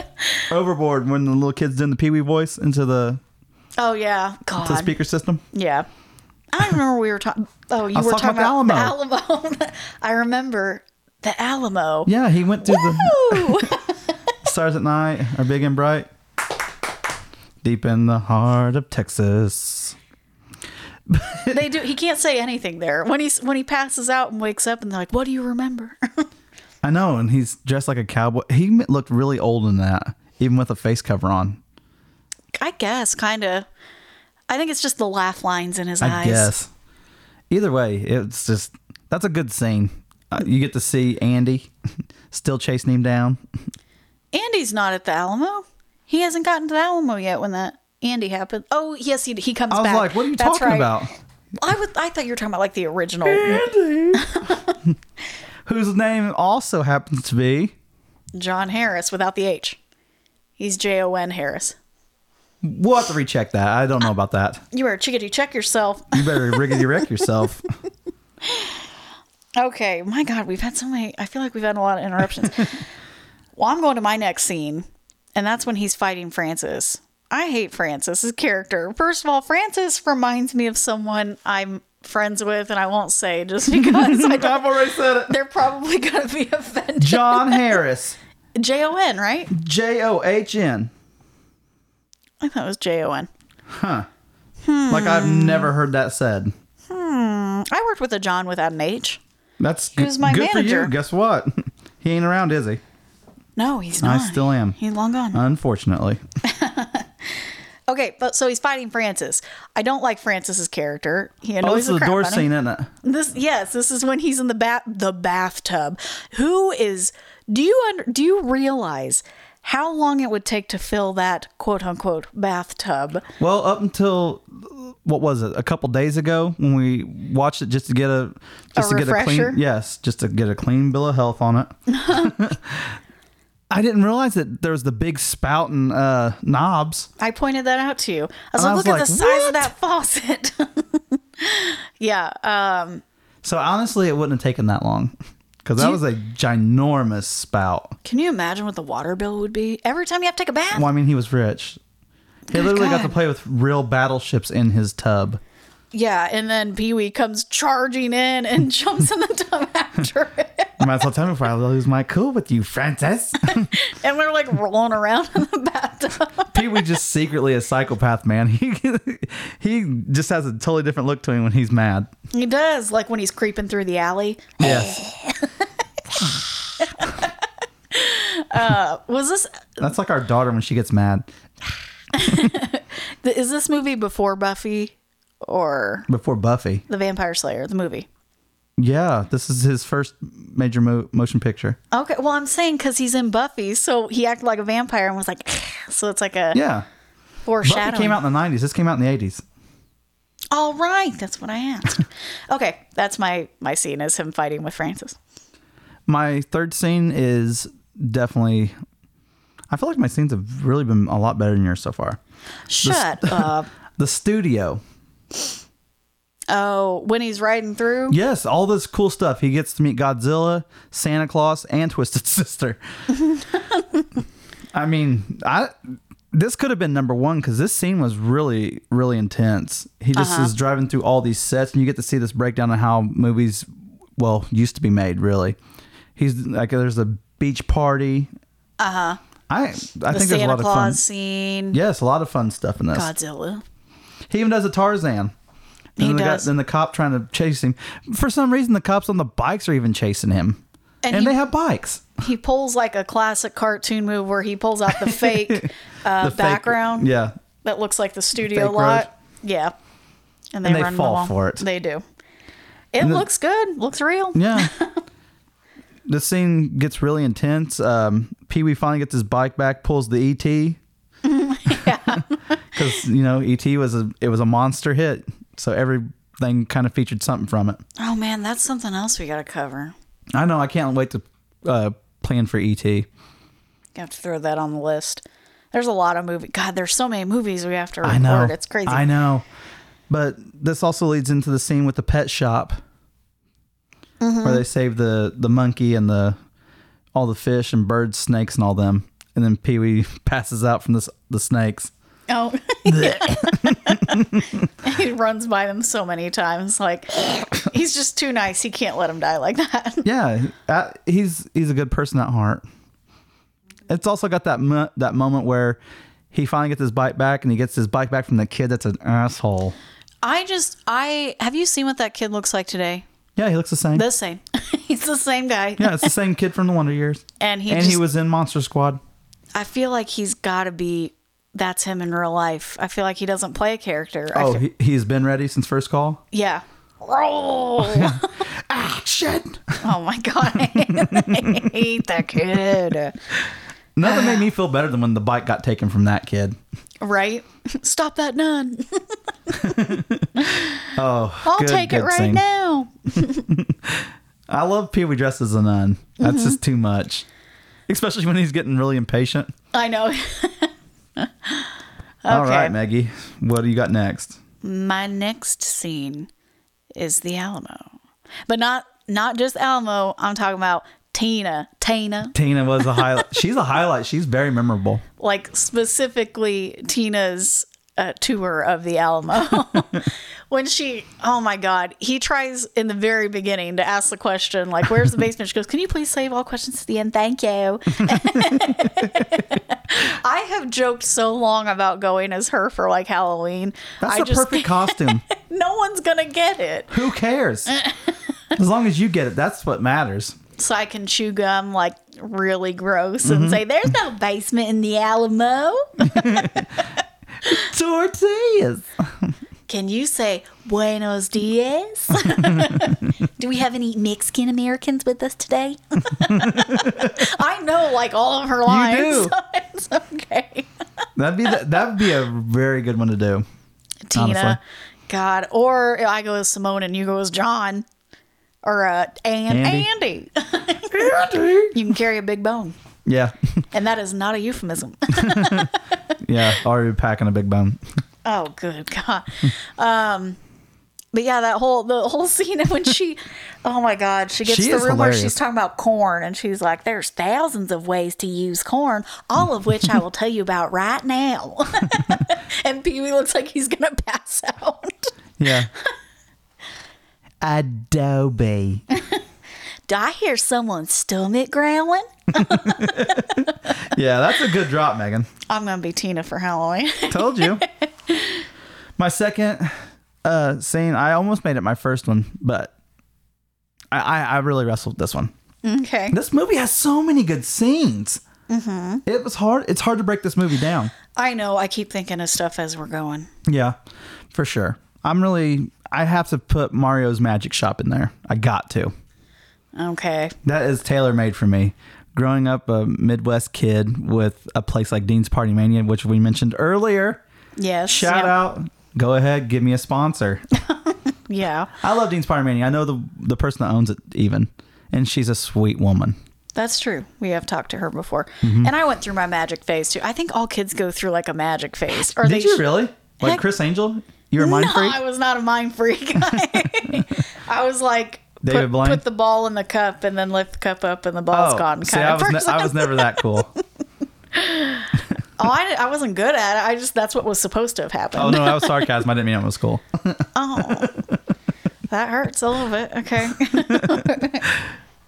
S3: Overboard when the little kid's doing the Pee Wee voice into the,
S2: Oh yeah. God.
S3: the speaker system.
S2: Yeah. I remember we were talking. Oh, you
S3: was
S2: were talking,
S3: talking
S2: about,
S3: about
S2: the Alamo. (laughs) I remember the Alamo.
S3: Yeah, he went through the
S2: Woo!
S3: stars at night are big and bright, deep in the heart of Texas.
S2: they do. He can't say anything there when he's when he passes out and wakes up and they're like, "What do you remember?" (laughs)
S3: I know, and he's dressed like a cowboy. He m- looked really old in that, even with a face cover on.
S2: I guess, kind of. I think it's just the laugh lines in his
S3: I
S2: eyes.
S3: guess. Either way, it's just that's a good scene. Uh, you get to see Andy (laughs) still chasing him down.
S2: Andy's not at the Alamo. He hasn't gotten to the Alamo yet when that Andy happened. Oh, yes, he, he comes
S3: I was
S2: back.
S3: like, "What are you
S2: That's
S3: talking
S2: right.
S3: about?"
S2: I, would, I thought you were talking about like the
S3: (laughs)
S2: original
S3: Whose name also happens to be
S2: John Harris without the H. He's J O N Harris.
S3: We'll have to recheck that. I don't know about that.
S2: You are chickadee. Check yourself.
S3: You better riggedy wreck
S2: (laughs)
S3: yourself.
S2: Okay, my God, we've had so many. I feel like we've had a lot
S3: (laughs)
S2: of interruptions. well, I'm going to my next scene, and that's when he's fighting Francis. I hate Francis's character. First of all, Francis reminds me of someone I'm friends with, and I won't
S3: (laughs)
S2: say just because I don't.
S3: I've already said it.
S2: They're probably going to be offended.
S3: John Harris,
S2: J O N, right?
S3: J O H N.
S2: I thought it was J O N.
S3: Like I've
S2: Hmm.
S3: never heard that said.
S2: I worked with a John without an H.
S3: That's
S2: He was my
S3: good for
S2: manager.
S3: you. Guess what? (laughs) He ain't around, is he?
S2: No, he's
S3: I
S2: not.
S3: still am.
S2: He's long gone.
S3: Unfortunately.
S2: okay, but so he's fighting Francis. I don't like Francis's character. He
S3: Oh,
S2: annoys
S3: this is the
S2: crap
S3: door
S2: out of me.
S3: scene, isn't it?
S2: This yes, this is when he's in the bat the bathtub. Who is do you under, do you realize how long it would take to fill that quote unquote bathtub?
S3: Well, up until what was it? A couple days ago when we watched it just to get a just to get a
S2: refresher?
S3: clean yes, just to get a clean bill of health on it.
S2: (laughs)
S3: (laughs) I didn't realize that there was the big spout and uh, knobs.
S2: I pointed that out to you. I
S3: And
S2: was
S3: I
S2: like,
S3: was
S2: look
S3: like,
S2: at the size of that faucet. (laughs) yeah, um,
S3: So honestly, it wouldn't have taken that long (laughs) because that was a ginormous spout.
S2: can you imagine what the water bill would be every time you have to take a bath?
S3: Well, I mean, he was rich. He literally got to
S2: God.
S3: play with real battleships in his tub.
S2: Yeah, and then Pee Wee comes charging in and (laughs) jumps in the tub after it,
S3: I might as well tell him before I lose my cool with you, Francis.
S2: and we're like rolling around in the bathtub.
S3: (laughs)
S2: (laughs)
S3: Pee Wee just secretly a psychopath, man. (laughs) He he just has a totally different look to him when he's mad.
S2: He does, like when he's creeping through the alley.
S3: Yes,
S2: Was this
S3: that's like our daughter when she gets mad
S2: th- is this movie before Buffy or
S3: before Buffy.
S2: The Vampire Slayer, the movie?
S3: Yeah, this is his first major mo- motion picture.
S2: Okay, well I'm saying because he's in Buffy, so he acted like a vampire and was like, (sighs) so it's like a
S3: Yeah,
S2: foreshadowing.
S3: Buffy came out in the '90s. This came out in the '80s.
S2: All right, that's what I asked. (laughs) okay, that's my my scene is him fighting with Francis.
S3: My third scene is definitely. I feel like my scenes have really been a lot better than yours so far.
S2: Shut
S3: (laughs)
S2: up.
S3: The studio.
S2: Oh, when he's riding through.
S3: Yes, all this cool stuff. He gets to meet Godzilla, Santa Claus, and Twisted (laughs) Sister. I mean, I this could have been number one because this scene was really, really intense. He just
S2: Uh-huh.
S3: is driving through all these sets, and you get to see this breakdown of how movies, well, used to be made. Really, he's like, there's a beach party. Uh huh. I I
S2: Uh-huh. The
S3: think there's a
S2: Santa
S3: lot of fun.
S2: Claus scene.
S3: Yes, a lot of fun stuff in this.
S2: Godzilla.
S3: He even does a Tarzan.
S2: He
S3: then the
S2: does.
S3: then the cop trying to chase him. For some reason, the cops on the bikes are even chasing him, and,
S2: And he-
S3: they have bikes.
S2: He pulls like a classic cartoon move where he pulls out the
S3: (laughs)
S2: fake uh,
S3: The fake-
S2: background.
S3: yeah,
S2: that looks like the studio
S3: Fake road.
S2: lot. Yeah. And they,
S3: And they
S2: run
S3: fall
S2: along.
S3: for it.
S2: They do. It looks good. Looks real. (laughs)
S3: yeah. the scene gets really intense. Um, Pee Wee finally gets his bike back, pulls the
S2: (laughs)
S3: ET. (laughs) Because you know, ET was a it was a monster hit, so everything kind of featured something from it.
S2: Oh man, that's something else we got to cover.
S3: I know. I can't wait to uh, plan for ET.
S2: Have to throw that on the list. There's a lot of movies. God, there's so many movies we have to record.
S3: I know.
S2: It's crazy.
S3: I know. But this also leads into the scene with the pet shop
S2: Mm-hmm.
S3: where they save the, the monkey and the all the fish and birds, snakes, and all them. And then Pee Wee (laughs) passes out from this, the snakes.
S2: Oh, (laughs) he runs by them so many times. Like he's just too nice. He can't let him die like that.
S3: Yeah, uh, he's he's a good person at heart. It's also got that mo- that moment where he finally gets his bike back, and he gets his bike back from the kid that's an asshole.
S2: (laughs) I just, I have you seen what that kid looks like today?
S3: Yeah, he looks the same.
S2: The same. (laughs) he's the same guy.
S3: yeah, it's the same kid from the Wonder Years,
S2: And (laughs) he
S3: and he
S2: just-
S3: was in Monster Squad.
S2: I feel like he's got to be. That's him in real life. I feel like he doesn't play a character. I
S3: Oh,
S2: feel-
S3: he, he's been ready since first call.
S2: yeah. Oh,
S3: Shit!
S2: oh my (laughs) god, I hate that kid.
S3: Nothing made me feel better than when the bike got taken from that kid.
S2: Right? Stop that nun.
S3: (laughs) Oh,
S2: I'll
S3: good,
S2: take it
S3: good
S2: right
S3: scene.
S2: now. Mm-hmm.
S3: I love Pee Wee dressed as a nun. That's just too much. especially when he's getting really impatient.
S2: I know.
S3: All right,
S2: Okay.
S3: Maggie, what do you got next?
S2: My next scene is the Alamo, but not not just Alamo. I'm talking about Tina. Tina,
S3: Tina was a
S2: (laughs)
S3: highlight. She's a highlight. She's very memorable.
S2: like specifically Tina's uh, tour of
S3: (laughs)
S2: the Alamo. when she, oh my God, he tries in the very beginning to ask the question, like,
S3: (laughs)
S2: where's the basement? She goes, can you please save all questions to the end? Thank you. I have joked so long about going as her for like Halloween.
S3: That's
S2: I
S3: the
S2: just
S3: perfect costume.
S2: think (laughs) no one's going to get it.
S3: Who cares? As long as you get it, that's what matters.
S2: So I can chew gum like really gross
S3: Mm-hmm.
S2: and say, there's no basement in the Alamo.
S3: Tortillas.
S2: Can you say
S3: (laughs)
S2: buenos dias? Do we have any Mexican Americans with
S3: (laughs)
S2: us today? I know like all of her lines.
S3: do.
S2: so it's (laughs) okay.
S3: That'd be the, that'd be a very good one to do.
S2: Tina.
S3: Honestly.
S2: God. Or I go as Simone and you go as John. Or uh and
S3: Andy.
S2: Andy. you can carry a big bone.
S3: Yeah, (laughs)
S2: And that is not a euphemism.
S3: yeah. Already packing a big bone.
S2: Oh, good God. um, but yeah, that whole the whole (laughs) scene when she, oh my God, she gets
S3: She
S2: to the
S3: is
S2: room
S3: hilarious.
S2: where she's talking about corn, and she's like, "There's thousands of ways to use corn, all of which I will tell you about right now." (laughs) and Pee Wee looks like he's gonna pass out. (laughs)
S3: Yeah. (laughs) Adobe.
S2: Do I hear someone's stomach growling?
S3: Yeah, that's a good drop, Megan.
S2: I'm gonna be Tina for Halloween. (laughs)
S3: Told you. My second uh scene, I almost made it my first one, but I I, I really wrestled this one.
S2: okay.
S3: This movie has so many good scenes. Mm-hmm. It was hard. It's hard to break this movie down.
S2: I know. I keep thinking of stuff as we're going.
S3: Yeah, for sure. I'm really. I have to put Mario's Magic Shop in there. I got to.
S2: Okay.
S3: That is tailor made for me. Growing up a Midwest kid with a place like Dean's Party Mania, which we mentioned earlier.
S2: Yes.
S3: Shout
S2: yeah.
S3: out. Go ahead, give me a sponsor.
S2: Yeah.
S3: I love Dean's Party Mania. I know the the person that owns it even, and she's a sweet woman.
S2: That's true. We have talked to her before.
S3: Mm-hmm.
S2: And I went through my magic phase too. I think all kids go through like a magic phase. Or they
S3: Did you
S2: sh-
S3: really? Like
S2: Heck-
S3: Chris Angel? You're a mind
S2: no,
S3: freak.
S2: I was not a mind freak. (laughs) I was like,
S3: David
S2: put,
S3: Blaine?
S2: put the ball in the cup and then lift the cup up and the ball's gone kind
S3: Oh, see, I
S2: of
S3: was, ne-
S2: person.
S3: I was never that (laughs) cool.
S2: (laughs) oh, I, di- I wasn't good at it. I just, that's what was supposed to have
S3: Oh
S2: happened. Oh.
S3: no, that was sarcasm. I didn't mean it was cool. (laughs)
S2: That hurts a little bit. Okay. (laughs)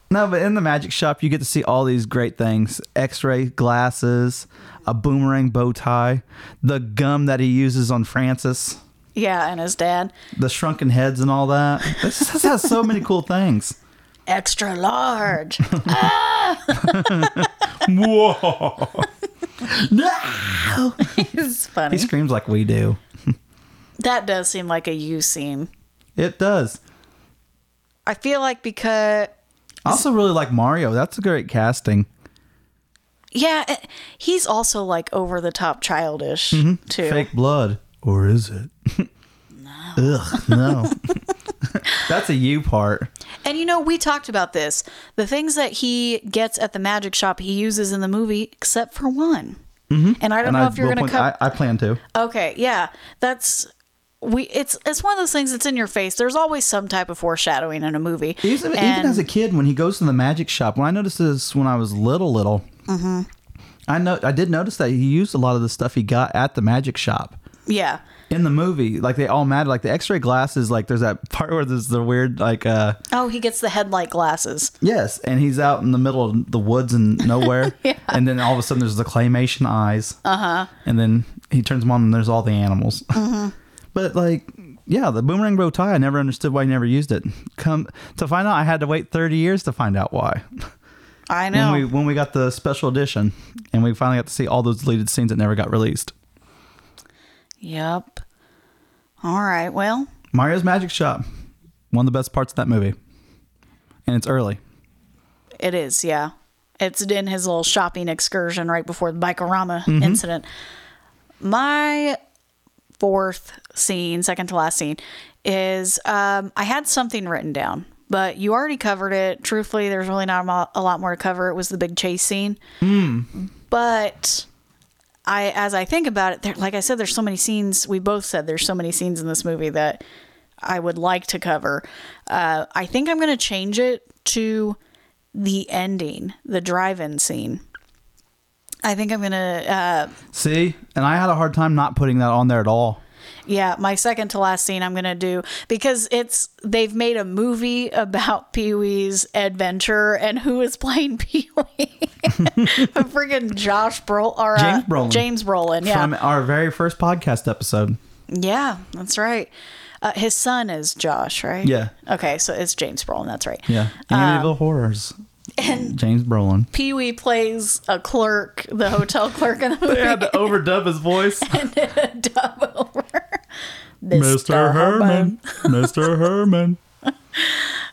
S3: No, but in the magic shop, you get to see all these great things x ray glasses, a boomerang bow tie, the gum that he uses on Francis,
S2: yeah. And his dad,
S3: the shrunken heads, and all that. This just has so many cool things.
S2: extra large. (laughs)
S3: Whoa.
S2: it's funny.
S3: he screams like we do.
S2: that does seem like a you scene.
S3: It does.
S2: I feel like because
S3: I also really like Mario. That's a great casting.
S2: Yeah, eh, he's also like over the top childish too.
S3: Mm-hmm. Fake blood. Or is it? (laughs) Ugh, no. (laughs) That's a you part.
S2: And you know, we talked about this. The things that he gets at the magic shop, he uses in the movie, except for one. Mm-hmm. And I don't
S3: And
S2: know
S3: I,
S2: if you're
S3: will
S2: going to
S3: point-
S2: cut.
S3: I, I plan to.
S2: okay, yeah, that's we. It's it's one of those things that's in your face. There's always some type of foreshadowing in a movie.
S3: Even, even
S2: And-
S3: as a kid, when he goes to the magic shop, when I noticed this when I was little, little, I know I did notice that he used a lot of the stuff he got at the magic shop
S2: yeah,
S3: in the movie. Like they all matter. Like the X-ray glasses. Like there's that part where there's the weird like uh
S2: oh, he gets the headlight glasses.
S3: yes, and he's out in the middle of the woods and nowhere, and then all of a sudden there's the claymation eyes, uh huh, and then he turns them on and there's all the animals. (laughs) But like. Yeah, the boomerang bow tie. I never understood why he never used it. Come to find out, I had to wait thirty years to find out why.
S2: I know.
S3: when we when we got the special edition and we finally got to see all those deleted scenes that never got released.
S2: yep. All right. Well,
S3: Mario's Magic Shop, one of the best parts of that movie, and it's early.
S2: It is, yeah. It's in his little shopping excursion right before the Bikerama incident. My fourth scene, second to last scene, is um, I had something written down, but you already covered it. Truthfully, there's really not a mo- a lot more to cover. It was the big chase scene. But I, as I think about it, there, like I said, there's so many scenes. We both said there's so many scenes in this movie that I would like to cover. Uh, I think I'm going to change it to the ending, the drive-in scene. I think I'm going to uh,
S3: See, and I had a hard time not putting that on there at all.
S2: Yeah, my second to last scene I'm going to do because it's they've made a movie about (laughs) Pee Wee's adventure and who is playing (laughs) Pee Wee. Freaking Josh Brolin or uh,
S3: James Brolin.
S2: James Brolin, yeah.
S3: From our very first podcast episode.
S2: yeah, that's right. Uh, his son is Josh, right?
S3: Yeah.
S2: Okay, so it's James Brolin, that's right.
S3: Yeah. Amityville Horrors.
S2: and-
S3: James (laughs) Brolin.
S2: Pee Wee plays a clerk, the hotel (laughs) clerk in the movie.
S3: overdub his (laughs) voice.
S2: dub over. Mr.
S3: (laughs) Mr. Herman.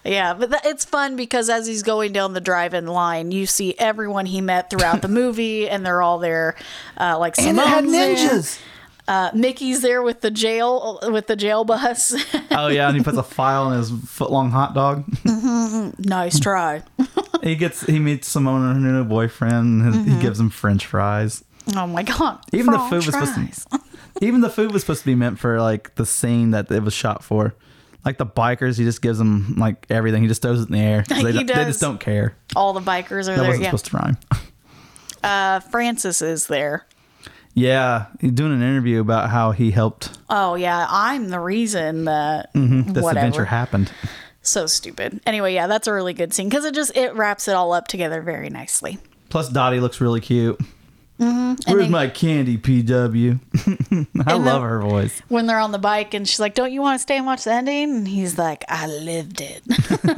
S2: Yeah, but that, it's fun because as he's going down the drive-in line, you see everyone he met
S3: (laughs)
S2: throughout the movie, and they're all there, uh, like
S3: And it had
S2: Simone's there.
S3: ninjas.
S2: Uh, Mickey's there with the jail with the jail bus. (laughs)
S3: Oh yeah, and he puts a file in his foot-long hot dog. (laughs)
S2: nice try.
S3: he gets he meets Simone and her new boyfriend. And
S2: Mm-hmm.
S3: He gives him French fries.
S2: Oh my god!
S3: Even the
S2: French
S3: food was
S2: fries.
S3: supposed to. Even the food was supposed to be meant for like the scene that it was shot for. Like the bikers, he just gives them like everything. He just throws it in the air. 'cause They,
S2: (laughs) He
S3: don't- they
S2: does.
S3: just don't care.
S2: all the bikers are
S3: That
S2: there.
S3: wasn't
S2: Yeah,
S3: supposed to rhyme. (laughs)
S2: uh, Francis is there.
S3: yeah, he's doing an interview about how he helped
S2: Oh yeah, I'm the reason that
S3: Mm-hmm. this
S2: whatever.
S3: adventure happened.
S2: So stupid. Anyway, yeah, that's a really good scene because it just it wraps it all up together very nicely.
S3: Plus, Dottie looks really cute. Where's
S2: Mm-hmm. they-
S3: my candy, PW? (laughs) I
S2: And
S3: love
S2: the-
S3: her voice.
S2: when they're on the bike and she's like, Don't you want to stay and watch the ending? And he's like, I lived it. (laughs)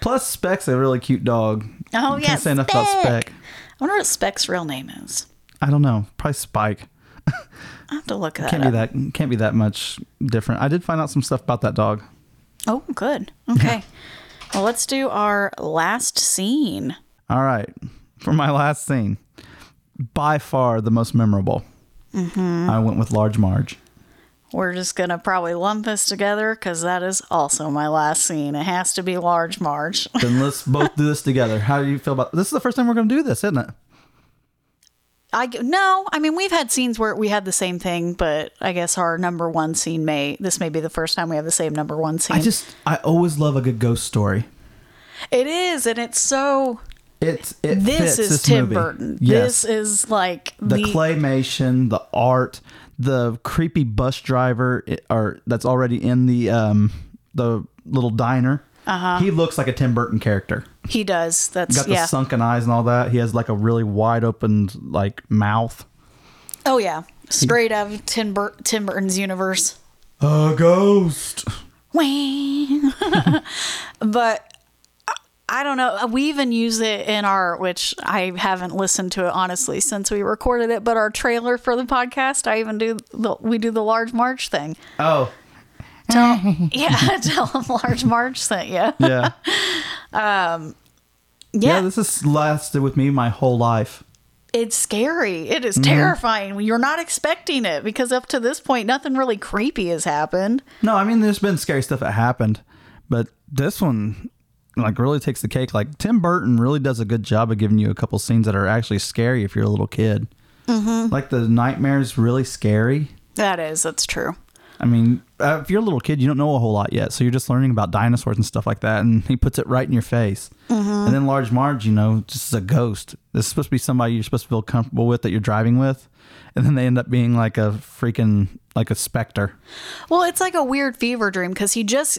S3: Plus, Speck's a really cute dog.
S2: Oh, yeah.
S3: Can't say enough about
S2: Speck.
S3: Speck.
S2: I wonder what Speck's real name is.
S3: I don't know. Probably Spike.
S2: I have to look that
S3: Can't
S2: up.
S3: be that. Can't be that much different. I did find out some stuff about that dog.
S2: Oh, good. Okay. well, let's do our last scene.
S3: All right, for my last scene, by far the most memorable.
S2: Mm-hmm.
S3: I went with Large Marge.
S2: We're just going to probably lump this together because that is also my last scene. It has to be Large (laughs) Marge.
S3: Then let's both do this together. How do you feel about this? Is the first time we're going to do this, isn't it?
S2: I g- no, I mean we've had scenes where we had the same thing, but I guess our number one scene may this may be the first time we have the same number one scene.
S3: I just I always love a good ghost story.
S2: it is, and it's so
S3: It's it
S2: this
S3: fits
S2: is
S3: this
S2: Tim
S3: movie.
S2: Burton.
S3: Yes,
S2: This is like
S3: the
S2: the,
S3: claymation, the art, the creepy bus driver, i- or that's already in the um the little diner. Uh-huh. He looks like a Tim Burton character.
S2: he does. That's
S3: got the
S2: yeah.
S3: sunken eyes and all that. He has like a really wide open like mouth.
S2: Oh yeah, straight out of Tim, Bur- Tim Burton's universe.
S3: A ghost.
S2: Wah. (laughs) but I- I don't know. We even use it in our, which I haven't listened to it honestly since we recorded it. But our trailer for the podcast, I even do the we do the large march thing.
S3: Oh
S2: Yeah, (laughs) tell them large march sent you. (laughs) Yeah,
S3: yeah. yeah.
S2: yeah
S3: This has lasted with me my whole life.
S2: it's scary. It is terrifying. You're not expecting it because up to this point, nothing really creepy has happened.
S3: No, I mean there's been scary stuff that happened, but this one like really takes the cake. Like Tim Burton really does a good job of giving you a couple scenes that are actually scary if you're a little kid. Mm-hmm. Like the nightmares really scary.
S2: That is, that's true.
S3: I mean, uh, if you're a little kid, you don't know a whole lot yet, so you're just learning about dinosaurs and stuff like that. And he puts it right in your face.
S2: Mm-hmm.
S3: And then Large Marge, you know, just is a ghost. This is supposed to be somebody you're supposed to feel comfortable with that you're driving with, and then they end up being like a freaking like a specter.
S2: Well, it's like a weird fever dream because he just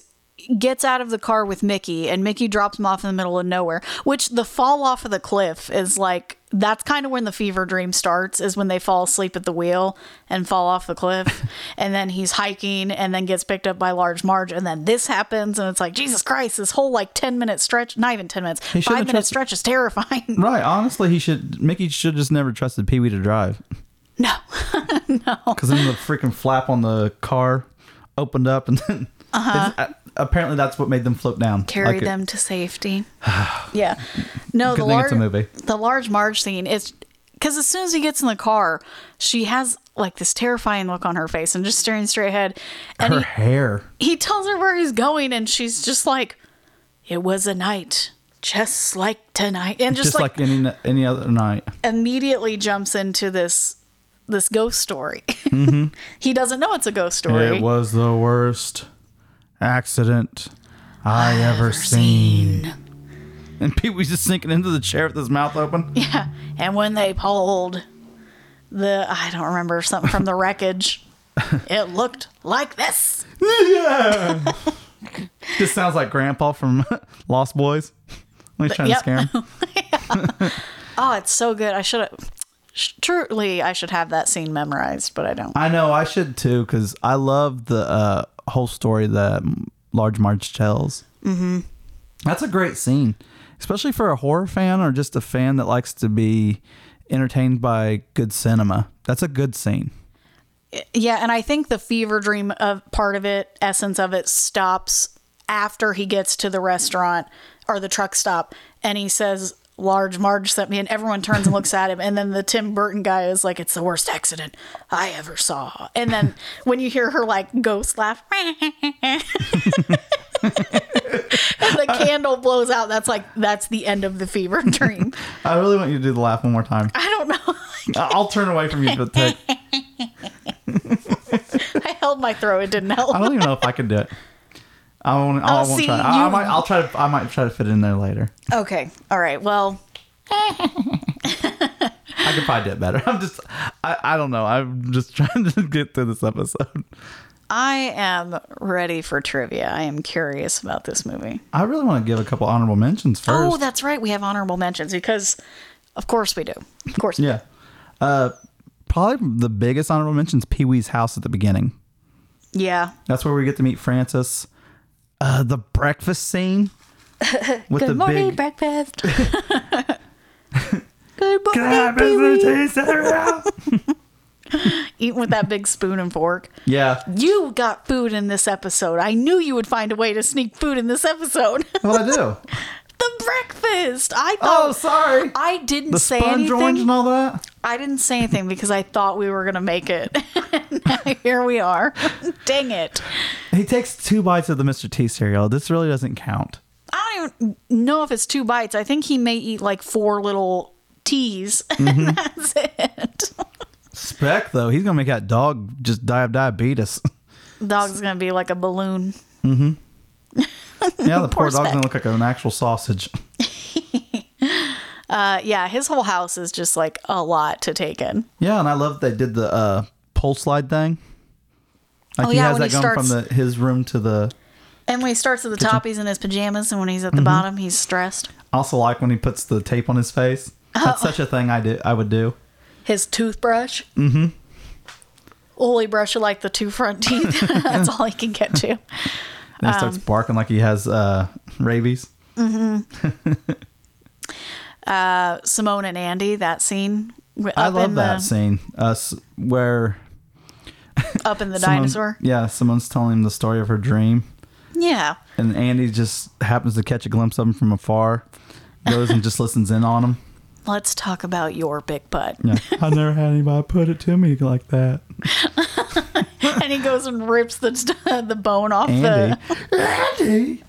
S2: gets out of the car with Mickey and Mickey drops him off in the middle of nowhere, which the fall off of the cliff is like that's kind of when the fever dream starts is when they fall asleep at the wheel and fall off
S3: (laughs)
S2: the cliff and then he's hiking and then gets picked up by large marge and then this happens and it's like Jesus Christ this whole like 10 minute stretch not even 10 minutes 5
S3: shouldn't
S2: minute
S3: have trust-
S2: stretch is terrifying (laughs)
S3: Right. Honestly, he should. Mickey should just never trusted Pee Wee to drive.
S2: no Oh.
S3: Because then the freaking flap on the car opened up, and (laughs) then uh apparently that's what made them float down.
S2: Uh-huh. carry
S3: Like it-
S2: them
S3: (sighs)
S2: to safety. yeah. No, the
S3: Good thing
S2: large
S3: it's a movie.
S2: the large Marge scene is because as soon as he gets in the car, she has like this terrifying look on her face and just staring straight ahead. And
S3: her
S2: he,
S3: hair.
S2: he tells her where he's going, and she's just like, It was a night just like tonight, and just,
S3: Just
S2: like,
S3: like, any any other night.
S2: immediately jumps into this this ghost story.
S3: Mm-hmm.
S2: (laughs) he doesn't know it's a ghost story.
S3: It was the worst accident I, ever seen. And Pee Wee's just sinking into the chair with his mouth open.
S2: Yeah. (laughs) And when they pulled the, I don't remember, something from the wreckage, it looked like this.
S3: This (laughs) sounds like Grandpa from (laughs) Lost Boys. (laughs) When he's trying to
S2: yep.
S3: scare (laughs) him.
S2: Oh, it's so good. I should have, truly, I should have that scene memorized, but I don't.
S3: I know I should too because I love the uh, whole story that Large March tells. Mm-hmm. That's a great scene, especially for a horror fan or just a fan that likes to be entertained by good cinema. That's a good scene.
S2: Yeah. And I think the fever dream of part of it, essence of it, stops after he gets to the restaurant or the truck stop and he says, Large Marge sent me, and everyone turns and looks at him. And then the Tim Burton guy is like, It's the worst accident I ever saw. And then when you hear her like ghost laugh, (laughs) and the candle blows out, that's like, that's the end of the fever (laughs) dream.
S3: I really want you to do the laugh one more time.
S2: I don't know. (laughs)
S3: I- I'll turn away from you, but take, I
S2: I held my throat, it didn't help.
S3: don't even know if I can do it. I won't. I
S2: Oh,
S3: won't
S2: see,
S3: try. I, I
S2: you-
S3: might. I'll try to. I might try to fit it in there later.
S2: Okay. All right. Well,
S3: I could probably do it better. (laughs) I'm just. I. I don't know. I'm just (laughs) trying to get through this episode.
S2: I am ready for trivia. I am curious about this movie.
S3: I really want to give a couple honorable mentions first.
S2: Oh, that's right. We have honorable mentions because, of course, we do. Of course.
S3: yeah. Uh, probably the biggest honorable mentions Pee Wee's house at the beginning.
S2: Yeah.
S3: That's where we get to meet Francis. Uh, the breakfast
S2: (laughs)
S3: scene. With
S2: Good
S3: the
S2: morning,
S3: big, (laughs)
S2: breakfast. Good
S3: Can I have a
S2: morning, Pee
S3: blue
S2: Wee.
S3: cheese cereal?
S2: Eating with that big spoon and fork.
S3: (laughs) yeah.
S2: You got food in this episode. I knew you would find a way to sneak food in this episode. (laughs)
S3: What I do?
S2: the breakfast. I thought.
S3: Oh, sorry.
S2: I didn't
S3: the
S2: say
S3: sponge
S2: anything.
S3: orange and all that.
S2: I didn't say anything because I thought we were gonna make it. (laughs) Now Here we are. (laughs) Dang it.
S3: He takes two bites of the Mr. T cereal. This really doesn't count.
S2: I don't even know if it's two bites. I think he may eat like four little teas.
S3: Mm-hmm.
S2: and (laughs) that's it.
S3: Spec though, he's gonna make that dog just die of diabetes. (laughs)
S2: Dog's gonna be like a balloon.
S3: yeah,
S2: (laughs)
S3: the poor,
S2: Poor
S3: dog's
S2: Spec.
S3: gonna look like an actual sausage.
S2: Uh, yeah, his whole house is just like a lot to take in.
S3: Yeah, and I love they did the uh, pole slide thing. Like
S2: Oh,
S3: he
S2: yeah,
S3: has
S2: when
S3: that
S2: he
S3: going from
S2: starts-
S3: the, his room to the.
S2: And when he starts at the top, he's in his pajamas, and when he's at
S3: Mm-hmm.
S2: the bottom, he's stressed.
S3: I also like when he puts the tape on his face. That's
S2: Oh.
S3: such a thing I do. I would do.
S2: His toothbrush. Mm-hmm. Only brush like the two front
S3: (laughs)
S2: teeth. (laughs) That's all he can get to.
S3: Then he
S2: Um.
S3: starts barking like he has uh, rabies.
S2: Uh, Simone and Andy, that scene. w-
S3: I
S2: up
S3: love
S2: in
S3: that
S2: the,
S3: scene. Uh, s- where
S2: Up in the
S3: someone-
S2: dinosaur.
S3: Yeah, someone's telling him the story of her dream,
S2: Yeah.
S3: and Andy just happens to catch a glimpse of him from afar, goes and just listens in on him.
S2: Let's talk about your big butt.
S3: Yeah, I never had anybody put it to me like that.
S2: (laughs) and he goes and rips the the bone off
S3: Andy.
S2: (laughs) the.
S3: Andy.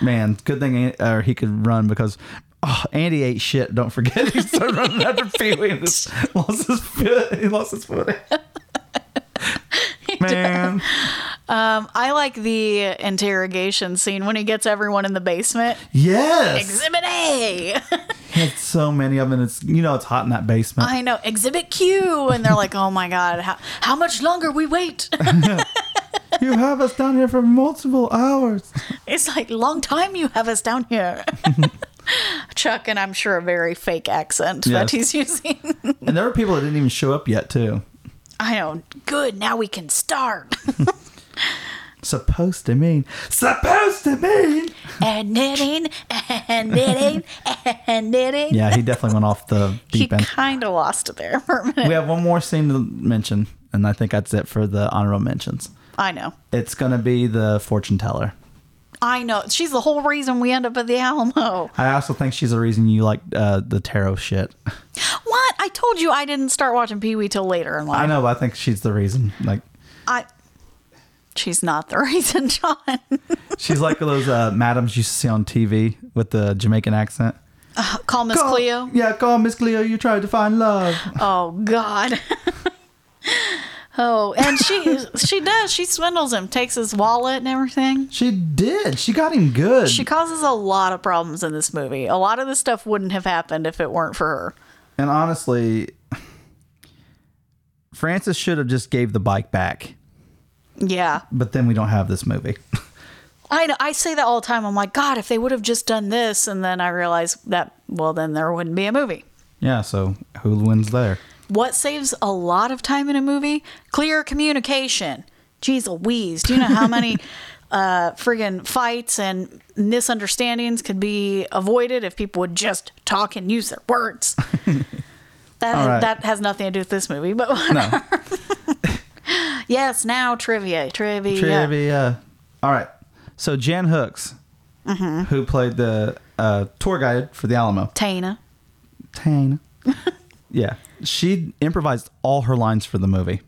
S3: Man, good thing An- or he could run because oh, Andy ate shit. Don't forget, he started running after Pee Wee and just lost his foot. He lost his foot. Man,
S2: Um, I like the interrogation scene when he gets everyone in
S3: (laughs)
S2: the basement.
S3: yes,
S2: Exhibit A.
S3: he had so many of them. And it's you know it's hot in that basement.
S2: I know. Exhibit Q. And they're like, oh my God, how, how much longer we wait? (laughs)
S3: you have us down here for multiple hours.
S2: It's like, long time you have us down
S3: (laughs)
S2: here. Chuck, and I'm sure a very fake accent
S3: Yes.
S2: that he's using. (laughs)
S3: And there were people that didn't even show up yet too.
S2: I know. Good. Now we can start.
S3: Supposed to mean. Supposed to mean.
S2: and knitting, and knitting, and knitting.
S3: Yeah, he definitely went off the
S2: (laughs) He
S3: deep end.
S2: kind of lost it there for a minute.
S3: we have one more scene to mention, and I think that's it for the honorable mentions.
S2: I know.
S3: It's gonna be the fortune teller.
S2: I know. She's the whole reason we end up at the Alamo.
S3: I also think she's the reason you like uh, the tarot shit.
S2: What? I told you I didn't start watching Pee Wee till later in life.
S3: I know, but I think she's the reason. Like,
S2: I She's not the (laughs) reason, John.
S3: She's like those uh, madams you used to see on TV with the Jamaican accent.
S2: Call Miss
S3: Call-
S2: Cleo.
S3: Yeah, call Miss Cleo. You tried to find love.
S2: Oh God. (laughs) oh, and she she does. She swindles him, takes his wallet and everything.
S3: She did. She got him good.
S2: She causes a lot of problems in this movie. A lot of this stuff wouldn't have happened if it weren't for her.
S3: and honestly, Francis should have just gave the bike back.
S2: Yeah.
S3: But then we don't have this movie. (laughs)
S2: I know, I say that all the time. I'm like, God, if they would have just done this, and then I realize that, well, then there wouldn't be a movie.
S3: yeah. So who wins there?
S2: What saves a lot of time in a movie? Clear communication. Jeez Louise, do you
S3: (laughs)
S2: know how many uh, friggin' fights and misunderstandings could be avoided if people would just talk and use their
S3: (laughs)
S2: words? that,
S3: All right.
S2: that has nothing to do with this movie, but (laughs)
S3: No.
S2: yes, now trivia, trivia.
S3: Trivia. All right. So Jan Hooks,
S2: Mm-hmm.
S3: who played the uh, tour guide for the Alamo,
S2: Tana.
S3: Tane. (laughs) yeah, she improvised all her lines for the movie.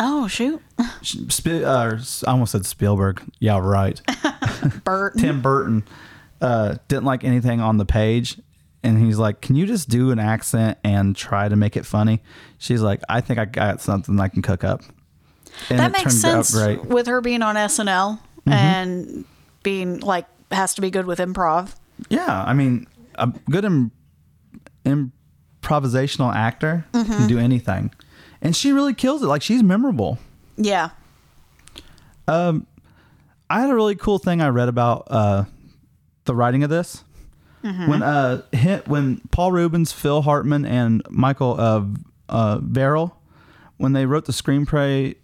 S2: Oh, shoot.
S3: She, Sp- uh, I almost said Spielberg. Yeah,
S2: (laughs)
S3: right.
S2: Bert.
S3: Tim Burton uh, didn't like anything on the page, and he's like, "Can you just do an accent and try to make it funny?" She's like, "I think I got something I can cook up." And
S2: that makes sense
S3: out great. Mm-hmm.
S2: with her being on SNL and being like has to be good with improv.
S3: Yeah, I mean, a good Im- improvisational actor can do anything, and she really kills it. Like she's memorable.
S2: Yeah.
S3: I had a really cool thing I read about uh, the writing of this. When uh, hit, when Paul Rubens, Phil Hartman, and Michael uh, uh, Verrill, when they wrote the screenplay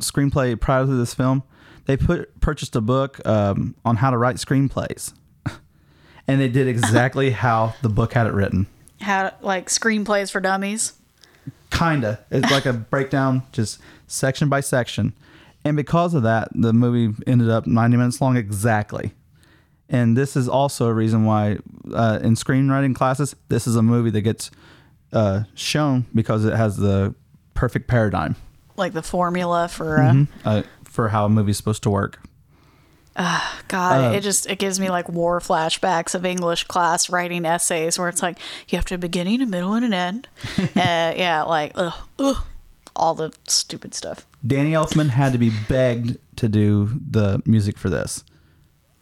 S3: screenplay prior to this film, they put purchased a book um, on how to write screenplays, (laughs) and they did exactly how the book had it written.
S2: How like screenplays for dummies.
S3: Kinda, it's like a breakdown, just section by section, and because of that, the movie ended up ninety minutes long exactly. and this is also a reason why uh, in screenwriting classes this is a movie that gets uh, shown because it has the perfect paradigm
S2: Like the formula for uh,
S3: uh, for how a movie's supposed to work Uh,
S2: God, it just it gives me like war flashbacks of English class writing essays where it's like you have to have a beginning, a middle, and an
S3: (laughs)
S2: end. uh, yeah, like ugh, ugh, all the stupid stuff.
S3: danny elfman had to be begged to do the music for this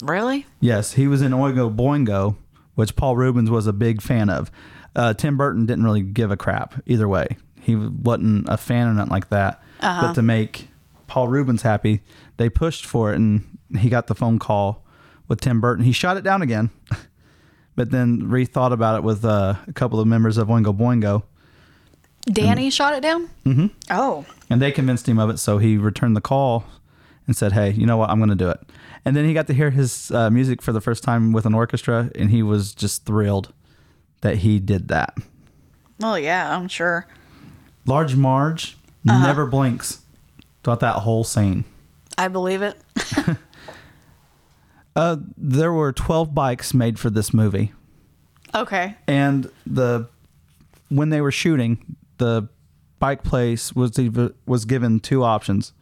S2: Really?
S3: yes he was in oingo boingo which paul rubens was a big fan of uh, tim burton didn't really give a crap either way he wasn't a fan or nothing like that but to make paul rubens happy they pushed for it and he got the phone call with tim burton he shot it down again (laughs) but then rethought about it with uh, a couple of members of oingo boingo
S2: Danny shot it down. Mm-hmm. Oh,
S3: And they convinced him of it, so he returned the call and said, "Hey, you know what? I'm going to do it." And then he got to hear his uh, music for the first time with an orchestra, and he was just thrilled that he did that.
S2: well, yeah, I'm sure.
S3: Large Marge never blinks throughout that whole scene.
S2: I believe it.
S3: There were 12 bikes made for this movie,
S2: Okay.
S3: and the when they were shooting, the bike place was ev- was given two options.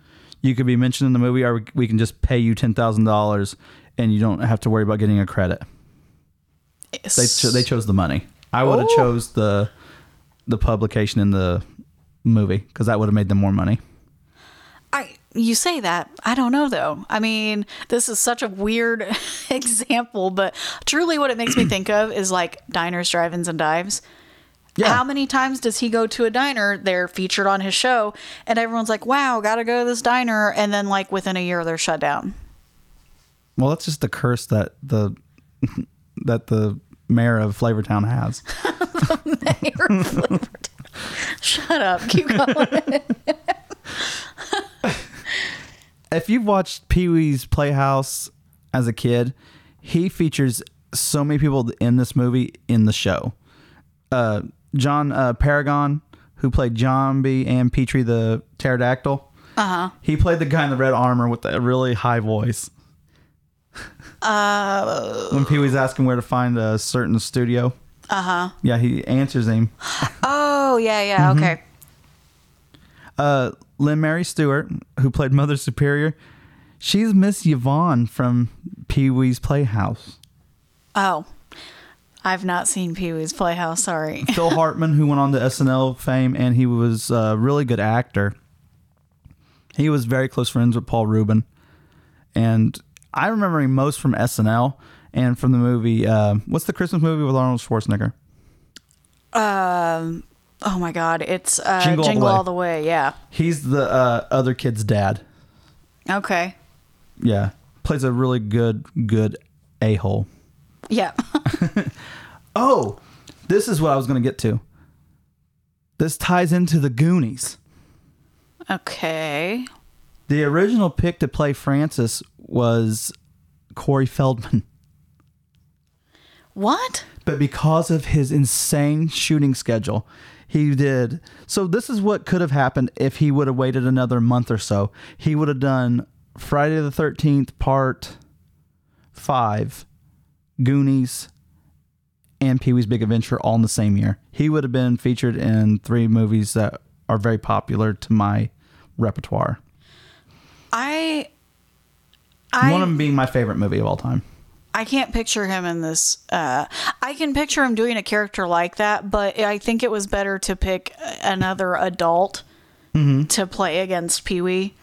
S3: You could be mentioned in the movie, or we can just pay you ten thousand dollars, and you don't have to worry about getting a credit. They cho- they chose the money. I would have
S2: Oh.
S3: chose the the publication in the movie because that would have made them more money.
S2: I you say that. I don't know though. I mean, this is such a weird (laughs) example, but truly what it makes me think of is like diners, drive-ins and dives.
S3: Yeah.
S2: How many times does he go to a diner? They're featured on his show and everyone's like, "Wow, got to go to this diner." And then like within a year they're shut down. (laughs)
S3: Well, that's just the curse that the (laughs) that the mayor of Flavortown has.
S2: Shut up. Keep going.
S3: if you've watched Pee Wee's Playhouse as a kid, he features so many people in this movie in the show. Uh, John uh, Paragon, who played Zombie and Petrie the pterodactyl, uh-huh. he played the guy in the red armor with a really high voice. Uh, when Pee Wee's asking where to find a certain studio, Uh-huh. uh huh. Yeah, he answers him.
S2: Mm-hmm. oh, yeah, yeah. Okay.
S3: Uh, Lynn Mary Stewart, who played Mother Superior, she's Miss Yvonne from Pee Wee's Playhouse.
S2: Oh, I've not seen Pee Wee's Playhouse. Sorry.
S3: Phil Hartman, who went on to SNL fame, and he was a really good actor. He was very close friends with Paul Rubin, and I remember him most from SNL and from the movie. Uh, what's the Christmas movie with Arnold Schwarzenegger?
S2: Oh my God, it's uh,
S3: Jingle
S2: Jingle,
S3: All the Way.
S2: all, the Way. Yeah.
S3: He's the uh, other kid's dad.
S2: Okay.
S3: Yeah, plays a really good good a hole.
S2: Yeah. (laughs)
S3: Oh, this is what I was going to get to. This ties into the Goonies.
S2: okay.
S3: The original pick to play Francis was Corey Feldman.
S2: What?
S3: but because of his insane shooting schedule, he did. So this is what could have happened if he would have waited another month or so. He would have done Friday the 13th part 5, Goonies, and Pee-wee's Big Adventure all in the same year. He would have been featured in three movies that are very popular to my repertoire.
S2: I. I
S3: One of them being my favorite movie of all time.
S2: I can't picture him in this. Uh, I can picture him doing a character like that, but I think it was better to pick another adult
S3: Mm-hmm.
S2: to play against Pee Wee.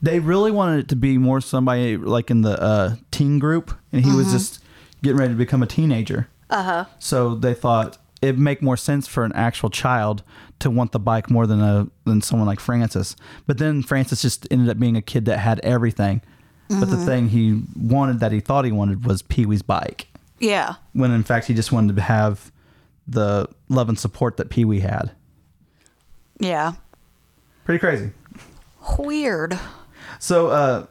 S3: they really wanted it to be more somebody like in the uh, teen group, and he was just getting ready to become a teenager. Uh huh.
S2: Uh-huh.
S3: So they thought it'd make more sense for an actual child to want the bike more than a than someone like Francis. But then Francis just ended up being a kid that had everything, but the thing he wanted that he thought he wanted was Pee Wee's bike,
S2: Yeah.
S3: when in fact he just wanted to have the love and support that Pee Wee had.
S2: Yeah.
S3: Pretty crazy.
S2: Weird.
S3: So, uh,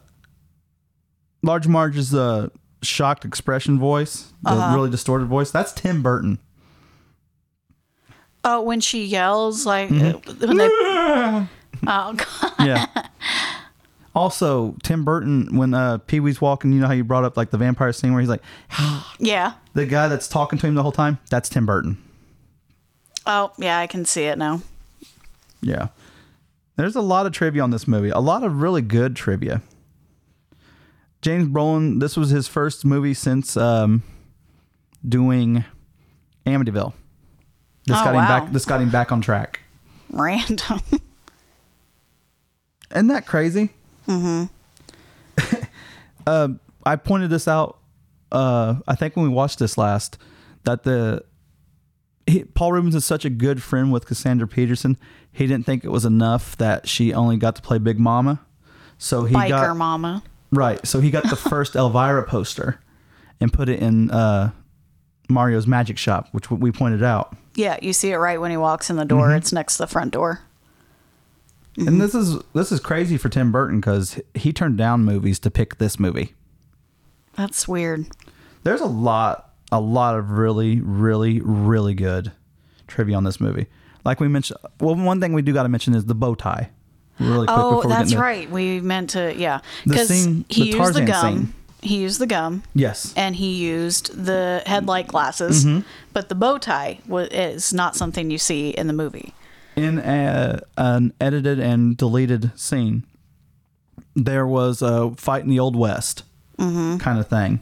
S3: Large Marge is the shocked expression voice, the really distorted voice. That's Tim Burton.
S2: Oh, when she yells, like,
S3: Mm-hmm.
S2: uh, when they. Oh, God. (laughs)
S3: Yeah. also, Tim Burton, when uh, Pee Wee's walking, you know how you brought up like the vampire scene where he's like,
S2: Yeah.
S3: the guy that's talking to him the whole time? That's Tim Burton.
S2: Oh, yeah, I can see it now.
S3: Yeah. There's a lot of trivia on this movie, a lot of really good trivia. James Brolin, this was his first movie since um, doing Amityville. This
S2: Oh,
S3: got him
S2: wow.
S3: back this got him back on track.
S2: Random.
S3: Isn't that crazy? Mm-hmm. (laughs) uh, I pointed this out. Uh, I think when we watched this last, that the he, Paul Rubens is such a good friend with Cassandra Peterson. He didn't think it was enough that she only got to play Big Mama, so he
S2: Biker
S3: got
S2: mama.
S3: right. So he got the first Elvira poster and put it in uh, Mario's Magic Shop, which we pointed out.
S2: Yeah, you see it right when he walks in the door.
S3: Mm-hmm.
S2: It's next to the front door.
S3: And this is this is crazy for Tim Burton because he turned down movies to pick this movie.
S2: That's weird.
S3: There's a lot, a lot of really, really, really good trivia on this movie. Like we mentioned, well, one thing we do got to mention is the bow tie. Really quick
S2: Oh,
S3: before we get
S2: that's
S3: into-
S2: right. We meant to, yeah.
S3: The
S2: Because
S3: scene- the
S2: he used the
S3: Tarzan
S2: gum.
S3: scene.
S2: He used the gum.
S3: Yes,
S2: And he used the headlight glasses,
S3: Mm-hmm.
S2: but the bow tie was, is not something you see in the movie.
S3: in a, an edited and deleted scene, there was a fight in the old west kind of thing,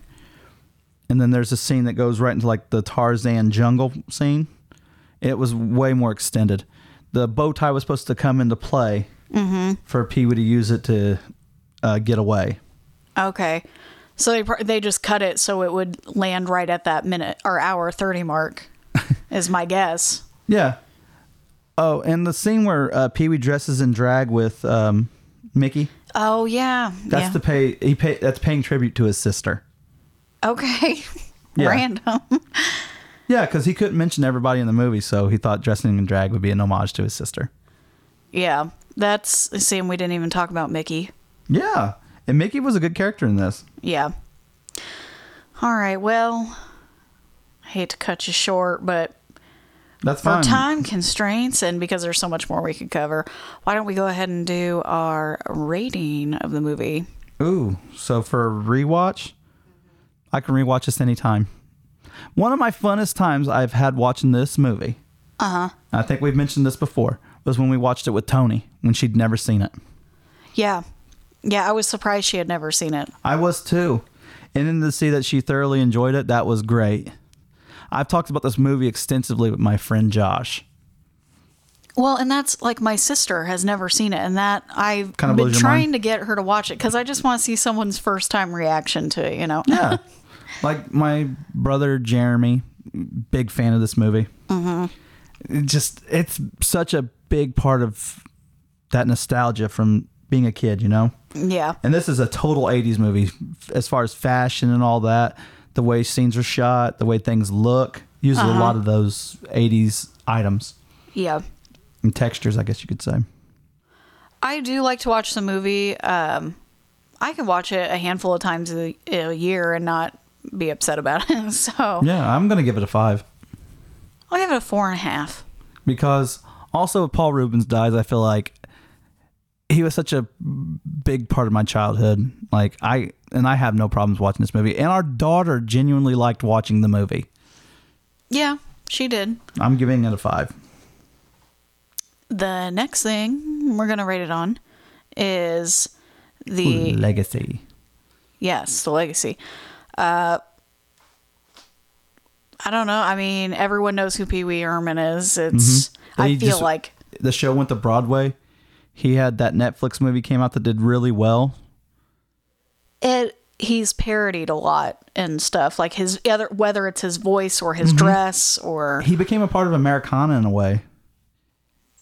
S3: and then there's a scene that goes right into like the Tarzan jungle scene. It was way more extended. The bow tie was supposed to come into play for Pee Wee to use it to uh, get away.
S2: Okay. So they pro- they just cut it so it would land right at that minute or hour
S3: (laughs)
S2: 30 mark, is my guess.
S3: Yeah. Oh, and the scene where uh, Pee Wee dresses in drag with um, Mickey.
S2: Oh, yeah.
S3: That's
S2: yeah.
S3: the pay. He pay. That's paying tribute to his sister.
S2: Okay. (laughs)
S3: Yeah.
S2: Random.
S3: Yeah, because he couldn't mention everybody in the movie, so he thought dressing in drag would be an homage to his sister.
S2: Yeah. That's seeing we didn't even talk about Mickey.
S3: Yeah, and Mickey was a good character in this.
S2: Yeah. All right. Well, I hate to cut you short, but
S3: That's
S2: for
S3: fine.
S2: time constraints and because there's so much more we could cover, why don't we go ahead and do our rating of the movie?
S3: Ooh, so for a rewatch, I can rewatch this anytime.
S2: Uh-huh.
S3: One of my funnest times I've had watching this movie. Uh huh. I think we've mentioned this before. was when we watched it with Tony when she'd never seen it.
S2: Yeah. Yeah, I was surprised she had never seen it.
S3: I was too. And then to see that she thoroughly enjoyed it, that was great. I've talked about this movie extensively with my friend Josh.
S2: Well, and that's like my sister has never seen it, and that I've
S3: Kinda
S2: been
S3: blows your
S2: trying
S3: mind.
S2: to get her to watch it because I just want to see someone's first time reaction to it, you know?
S3: (laughs) Yeah. like my brother Jeremy, big fan of this movie. Mm-hmm. It just it's such a big part of that nostalgia from being a kid, you know.
S2: yeah.
S3: And this is a total 80s movie f- as far as fashion and all that, the way scenes are shot, the way things look, uses a lot of those 80s items
S2: Yeah.
S3: and textures, I guess you could say.
S2: I do like to watch the movie. Um, I can watch it a handful of times a, a year and not be upset about it. (laughs) So
S3: Yeah, I'm going to give it a 5
S2: I'll give it a four and a half.
S3: because also if Paul Rubens dies, I feel like he was such a big part of my childhood. Like I and I have no problems watching this movie. And our daughter genuinely liked watching the movie.
S2: Yeah, she did.
S3: I'm giving it a 5.
S2: The next thing we're going to rate it on is the
S3: Legacy.
S2: Yes, the legacy. Uh, I don't know. I mean, everyone knows who Pee Wee Herman is. It's. I
S3: Mm-hmm. They
S2: feel
S3: just-
S2: like
S3: the show went to Broadway. He had that Netflix movie came out that did really well.
S2: it. He's parodied a lot and stuff. Like his other, whether it's his voice or his dress or
S3: Mm-hmm. He became a part of Americana in a way.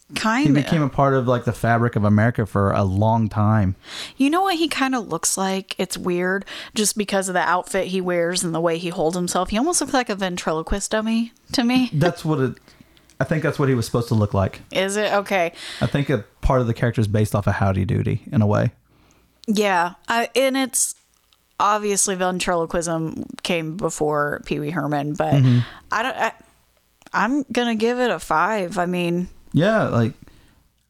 S3: He
S2: kind
S3: became
S2: of.
S3: a part of like the fabric of America for a long time.
S2: You know what he kind of looks like? It's weird, just because of the outfit he wears and the way he holds himself. He almost looks like a ventriloquist dummy
S3: (laughs)
S2: to me.
S3: That's what it I think that's what he was supposed to look like.
S2: Is it okay?
S3: I think a part of the character is based off of Howdy Doody in a way.
S2: Yeah, I, and it's obviously ventriloquism came before Pee Wee Herman, but
S3: Mm-hmm.
S2: I don't. I, I'm gonna give it a five. I mean,
S3: Yeah, like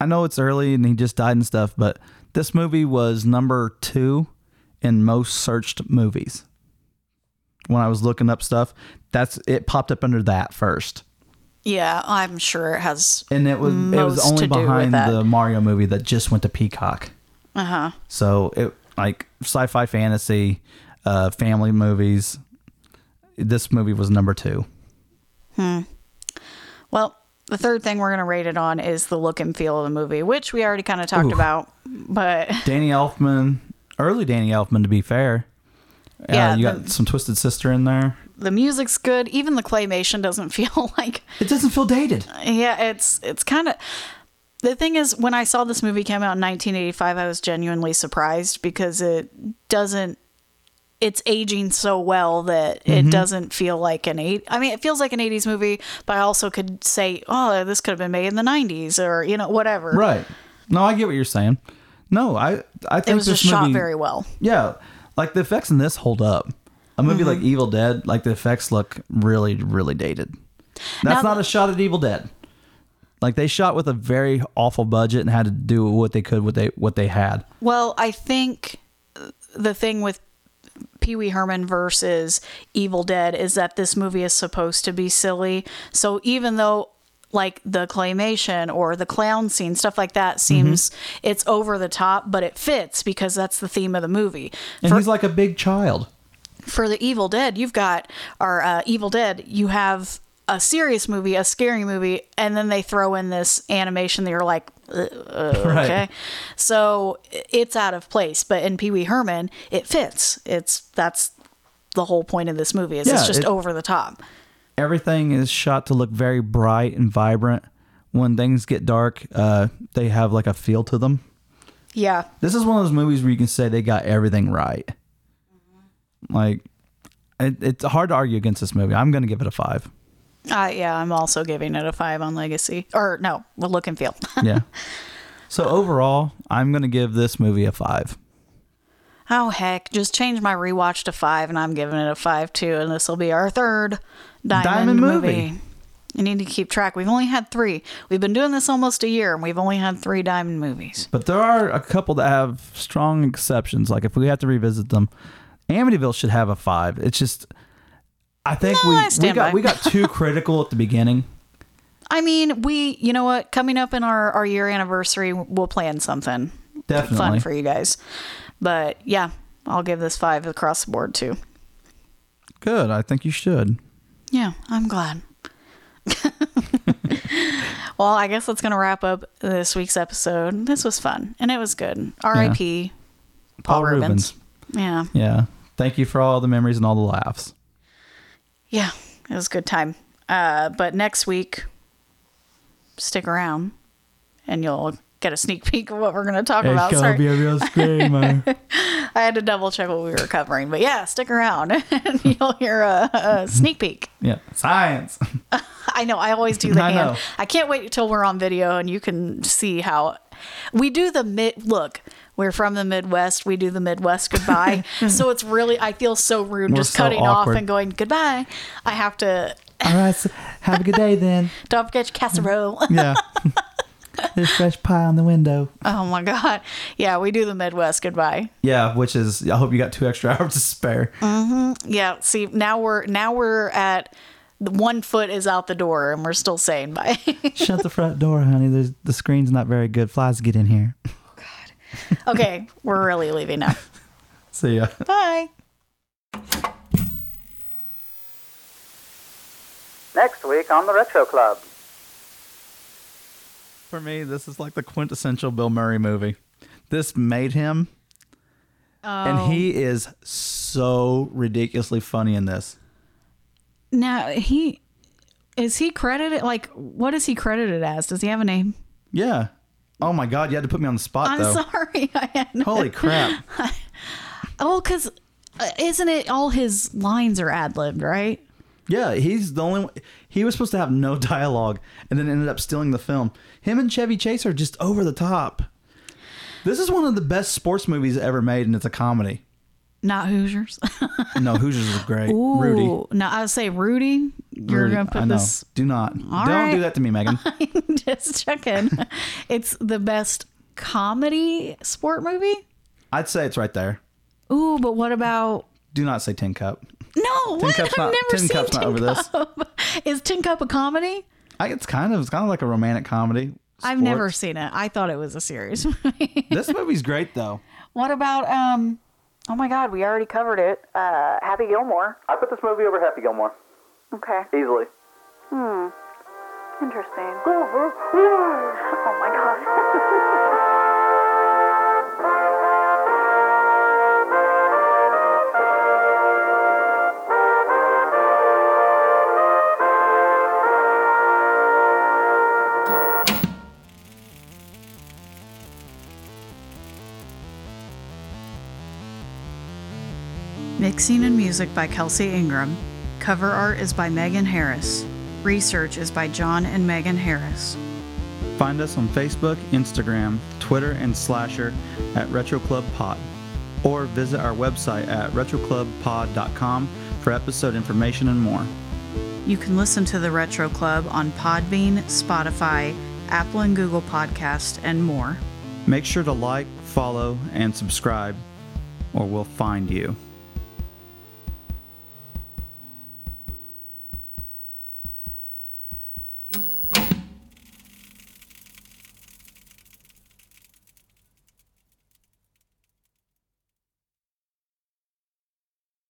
S3: I know it's early and he just died and stuff, but this movie was number two in most searched movies. When I was looking up stuff, that's it popped up under that first.
S2: yeah, I'm sure it has.
S3: and it was it was
S2: most
S3: only
S2: to do with
S3: behind
S2: that.
S3: the Mario movie that just went to Peacock.
S2: Uh huh.
S3: So it like sci-fi fantasy, uh, family movies. This movie was number two.
S2: Well, the third thing we're gonna rate it on is the look and feel of the movie, which we already kind of talked
S3: Ooh.
S2: about. But (laughs)
S3: Danny Elfman, early Danny Elfman, to be fair. Yeah,
S2: Yeah,
S3: you
S2: the-
S3: got some Twisted Sister in there.
S2: the music's good. Even the claymation doesn't (laughs) feel like
S3: It doesn't feel dated.
S2: Yeah, it's it's kind of the thing is when I saw this movie come out in 1985, I was genuinely surprised because it doesn't it's aging so well that
S3: Mm-hmm.
S2: it doesn't feel like an eight. I mean, it feels like an 80s movie, but I also could say, oh, this could have been made in the 90s or you know whatever.
S3: Right. No, I get what you're saying. No, I I think
S2: It was
S3: this
S2: just
S3: movie,
S2: shot very well.
S3: Yeah, like the effects in this hold up. A movie
S2: Mm-hmm.
S3: like Evil Dead, like the effects look really, really dated. That's
S2: Now-
S3: not a shot at Evil Dead. Like they shot with a very awful budget and had to do what they could with they what they had.
S2: Well, I think the thing with Pee Wee Herman versus Evil Dead is that this movie is supposed to be silly. So even though like the claymation or the clown scene stuff like that seems it's over the top but it fits because that's the theme of the movie
S3: And
S2: for,
S3: he's like a big child. (laughs)
S2: for the evil dead you've got or uh, evil dead you have a serious movie a scary movie and then they throw in this animation that you're like
S3: Right.
S2: Okay. So i- it's out of place, but in Pee Wee Herman, it fits. It's that's the whole point of this movie is
S3: Yeah,
S2: it's just
S3: it-
S2: over the top.
S3: Everything is shot to look very bright and vibrant. When things get dark, uh, they have like a feel to them.
S2: Yeah.
S3: This is one of those movies where you can say they got everything right. Like, it, it's hard to argue against this movie. I'm going to give it a
S2: (laughs)
S3: five.
S2: Uh, yeah, I'm also giving it a five on Legacy. Or no, the look and feel. (laughs)
S3: Yeah. so overall, I'm going to give this movie a five.
S2: oh heck, just change my rewatch to five, and I'm giving it a five too. And this will be our third diamond,
S3: Diamond
S2: movie.
S3: movie.
S2: You need to keep track. We've only had three. We've been doing this almost a year, and we've only had three diamond movies.
S3: But there are a couple that have strong exceptions. Like if we have to revisit them, Amityville should have a five. It's just, I think
S2: No, I
S3: we we
S2: stand by. (laughs)
S3: got we got too critical at the beginning.
S2: I mean, we, you know what? Coming up in our, our year anniversary, we'll plan something
S3: Definitely.
S2: fun for you guys. But yeah, I'll give this five across the board too.
S3: Good. I think you should.
S2: Yeah, I'm glad. (laughs) well, I guess that's going to wrap up this week's episode. This was fun and it was good. RIP Paul,
S3: Paul
S2: Rubens.
S3: Rubens.
S2: Yeah.
S3: Yeah. Thank you for all the memories and all the laughs.
S2: Yeah. It was a good time. Uh, but next week, stick around and you'll get a sneak peek of what we're going to talk about.
S3: it's
S2: Sorry.
S3: gonna be a real (laughs) screamer.
S2: I had to double check what we were covering. But yeah, stick around (laughs) and you'll hear a, a sneak peek.
S3: yeah. Science.
S2: I know. I always do
S3: (laughs)
S2: the
S3: I
S2: hand.
S3: know.
S2: I can't wait till we're on video and you can see how we do the mid. Look, we're from the Midwest. We do the
S3: (laughs)
S2: Midwest goodbye. so it's really. I feel so rude
S3: We're
S2: just
S3: so
S2: cutting off
S3: awkward.
S2: and going goodbye. I have to.
S3: (laughs) all right. So have a good day then.
S2: Don't forget your casserole.
S3: (laughs)
S2: (laughs)
S3: Yeah. There's fresh pie on the window.
S2: oh my god. Yeah, we do the Midwest goodbye.
S3: Yeah, which is I hope you got two extra (laughs) hours to spare.
S2: Yeah. See, now we're now we're at. the One foot is out the door, and we're still saying bye. (laughs)
S3: Shut the front door, honey. There's, the screen's not very good. Flies get in (laughs) here.
S2: okay, we're really
S3: (laughs)
S2: leaving now.
S3: See ya.
S2: Bye.
S1: Next week on the Retro Club.
S3: For me, this is like the quintessential Bill Murray movie. This made him, and he is so ridiculously funny in this.
S2: Now he is he credited like what is he credited as? Does he have a name?
S3: Yeah. Oh my God, you had to put me on the spot
S2: I'm
S3: though.
S2: (laughs) sorry, I had no.
S3: Holy crap.
S2: Oh, because isn't it all his lines are ad libbed, right?
S3: Yeah, he's the only one. He was supposed to have no dialogue and then ended up stealing the film. Him and Chevy Chase are just over the top. This is one of the best sports movies ever made, and it's a comedy.
S2: Not Hoosiers. (laughs)
S3: No, Hoosiers was great.
S2: Ooh,
S3: Rudy.
S2: No, I would say Rudy. You're
S3: Rudy,
S2: gonna
S3: I
S2: put
S3: know.
S2: this
S3: Do not. Don't
S2: right.
S3: do that to me,
S2: (laughs)
S3: Megan.
S2: just
S3: (laughs)
S2: checking. it's the best comedy sport movie.
S3: I'd say it's right there.
S2: Ooh, but what about
S3: Do not say Tin Cup.
S2: no? what?
S3: Cup's
S2: I've
S3: not-
S2: never
S3: Tin
S2: seen
S3: Cup's
S2: Tin
S3: not over this.
S2: Cup. (laughs) Is Tin Cup a comedy?
S3: I, it's kind of it's kind of like a romantic comedy.
S2: I've
S3: Sports.
S2: (laughs) never seen it. I thought it was a series (laughs) movie.
S3: This movie's great though.
S2: What about um? Oh my God, we already covered it. Uh, Happy Gilmore.
S1: I put this movie over Happy Gilmore.
S4: Okay,
S1: Easily.
S4: interesting. (laughs)
S1: Happy
S4: Oh my god.
S2: Mixing and music by Kelsey Ingram. Cover art is by Megan Harris. Research is by John and Megan Harris.
S3: Find us on Facebook, Instagram, Twitter, and Slasher at Retro Club Pod. Or visit our website at retroclubpod.com for episode information and more.
S2: You can listen to the Retro Club on Podbean, Spotify, Apple and Google Podcast, and more.
S3: Make sure to like, follow, and subscribe, or we'll find you.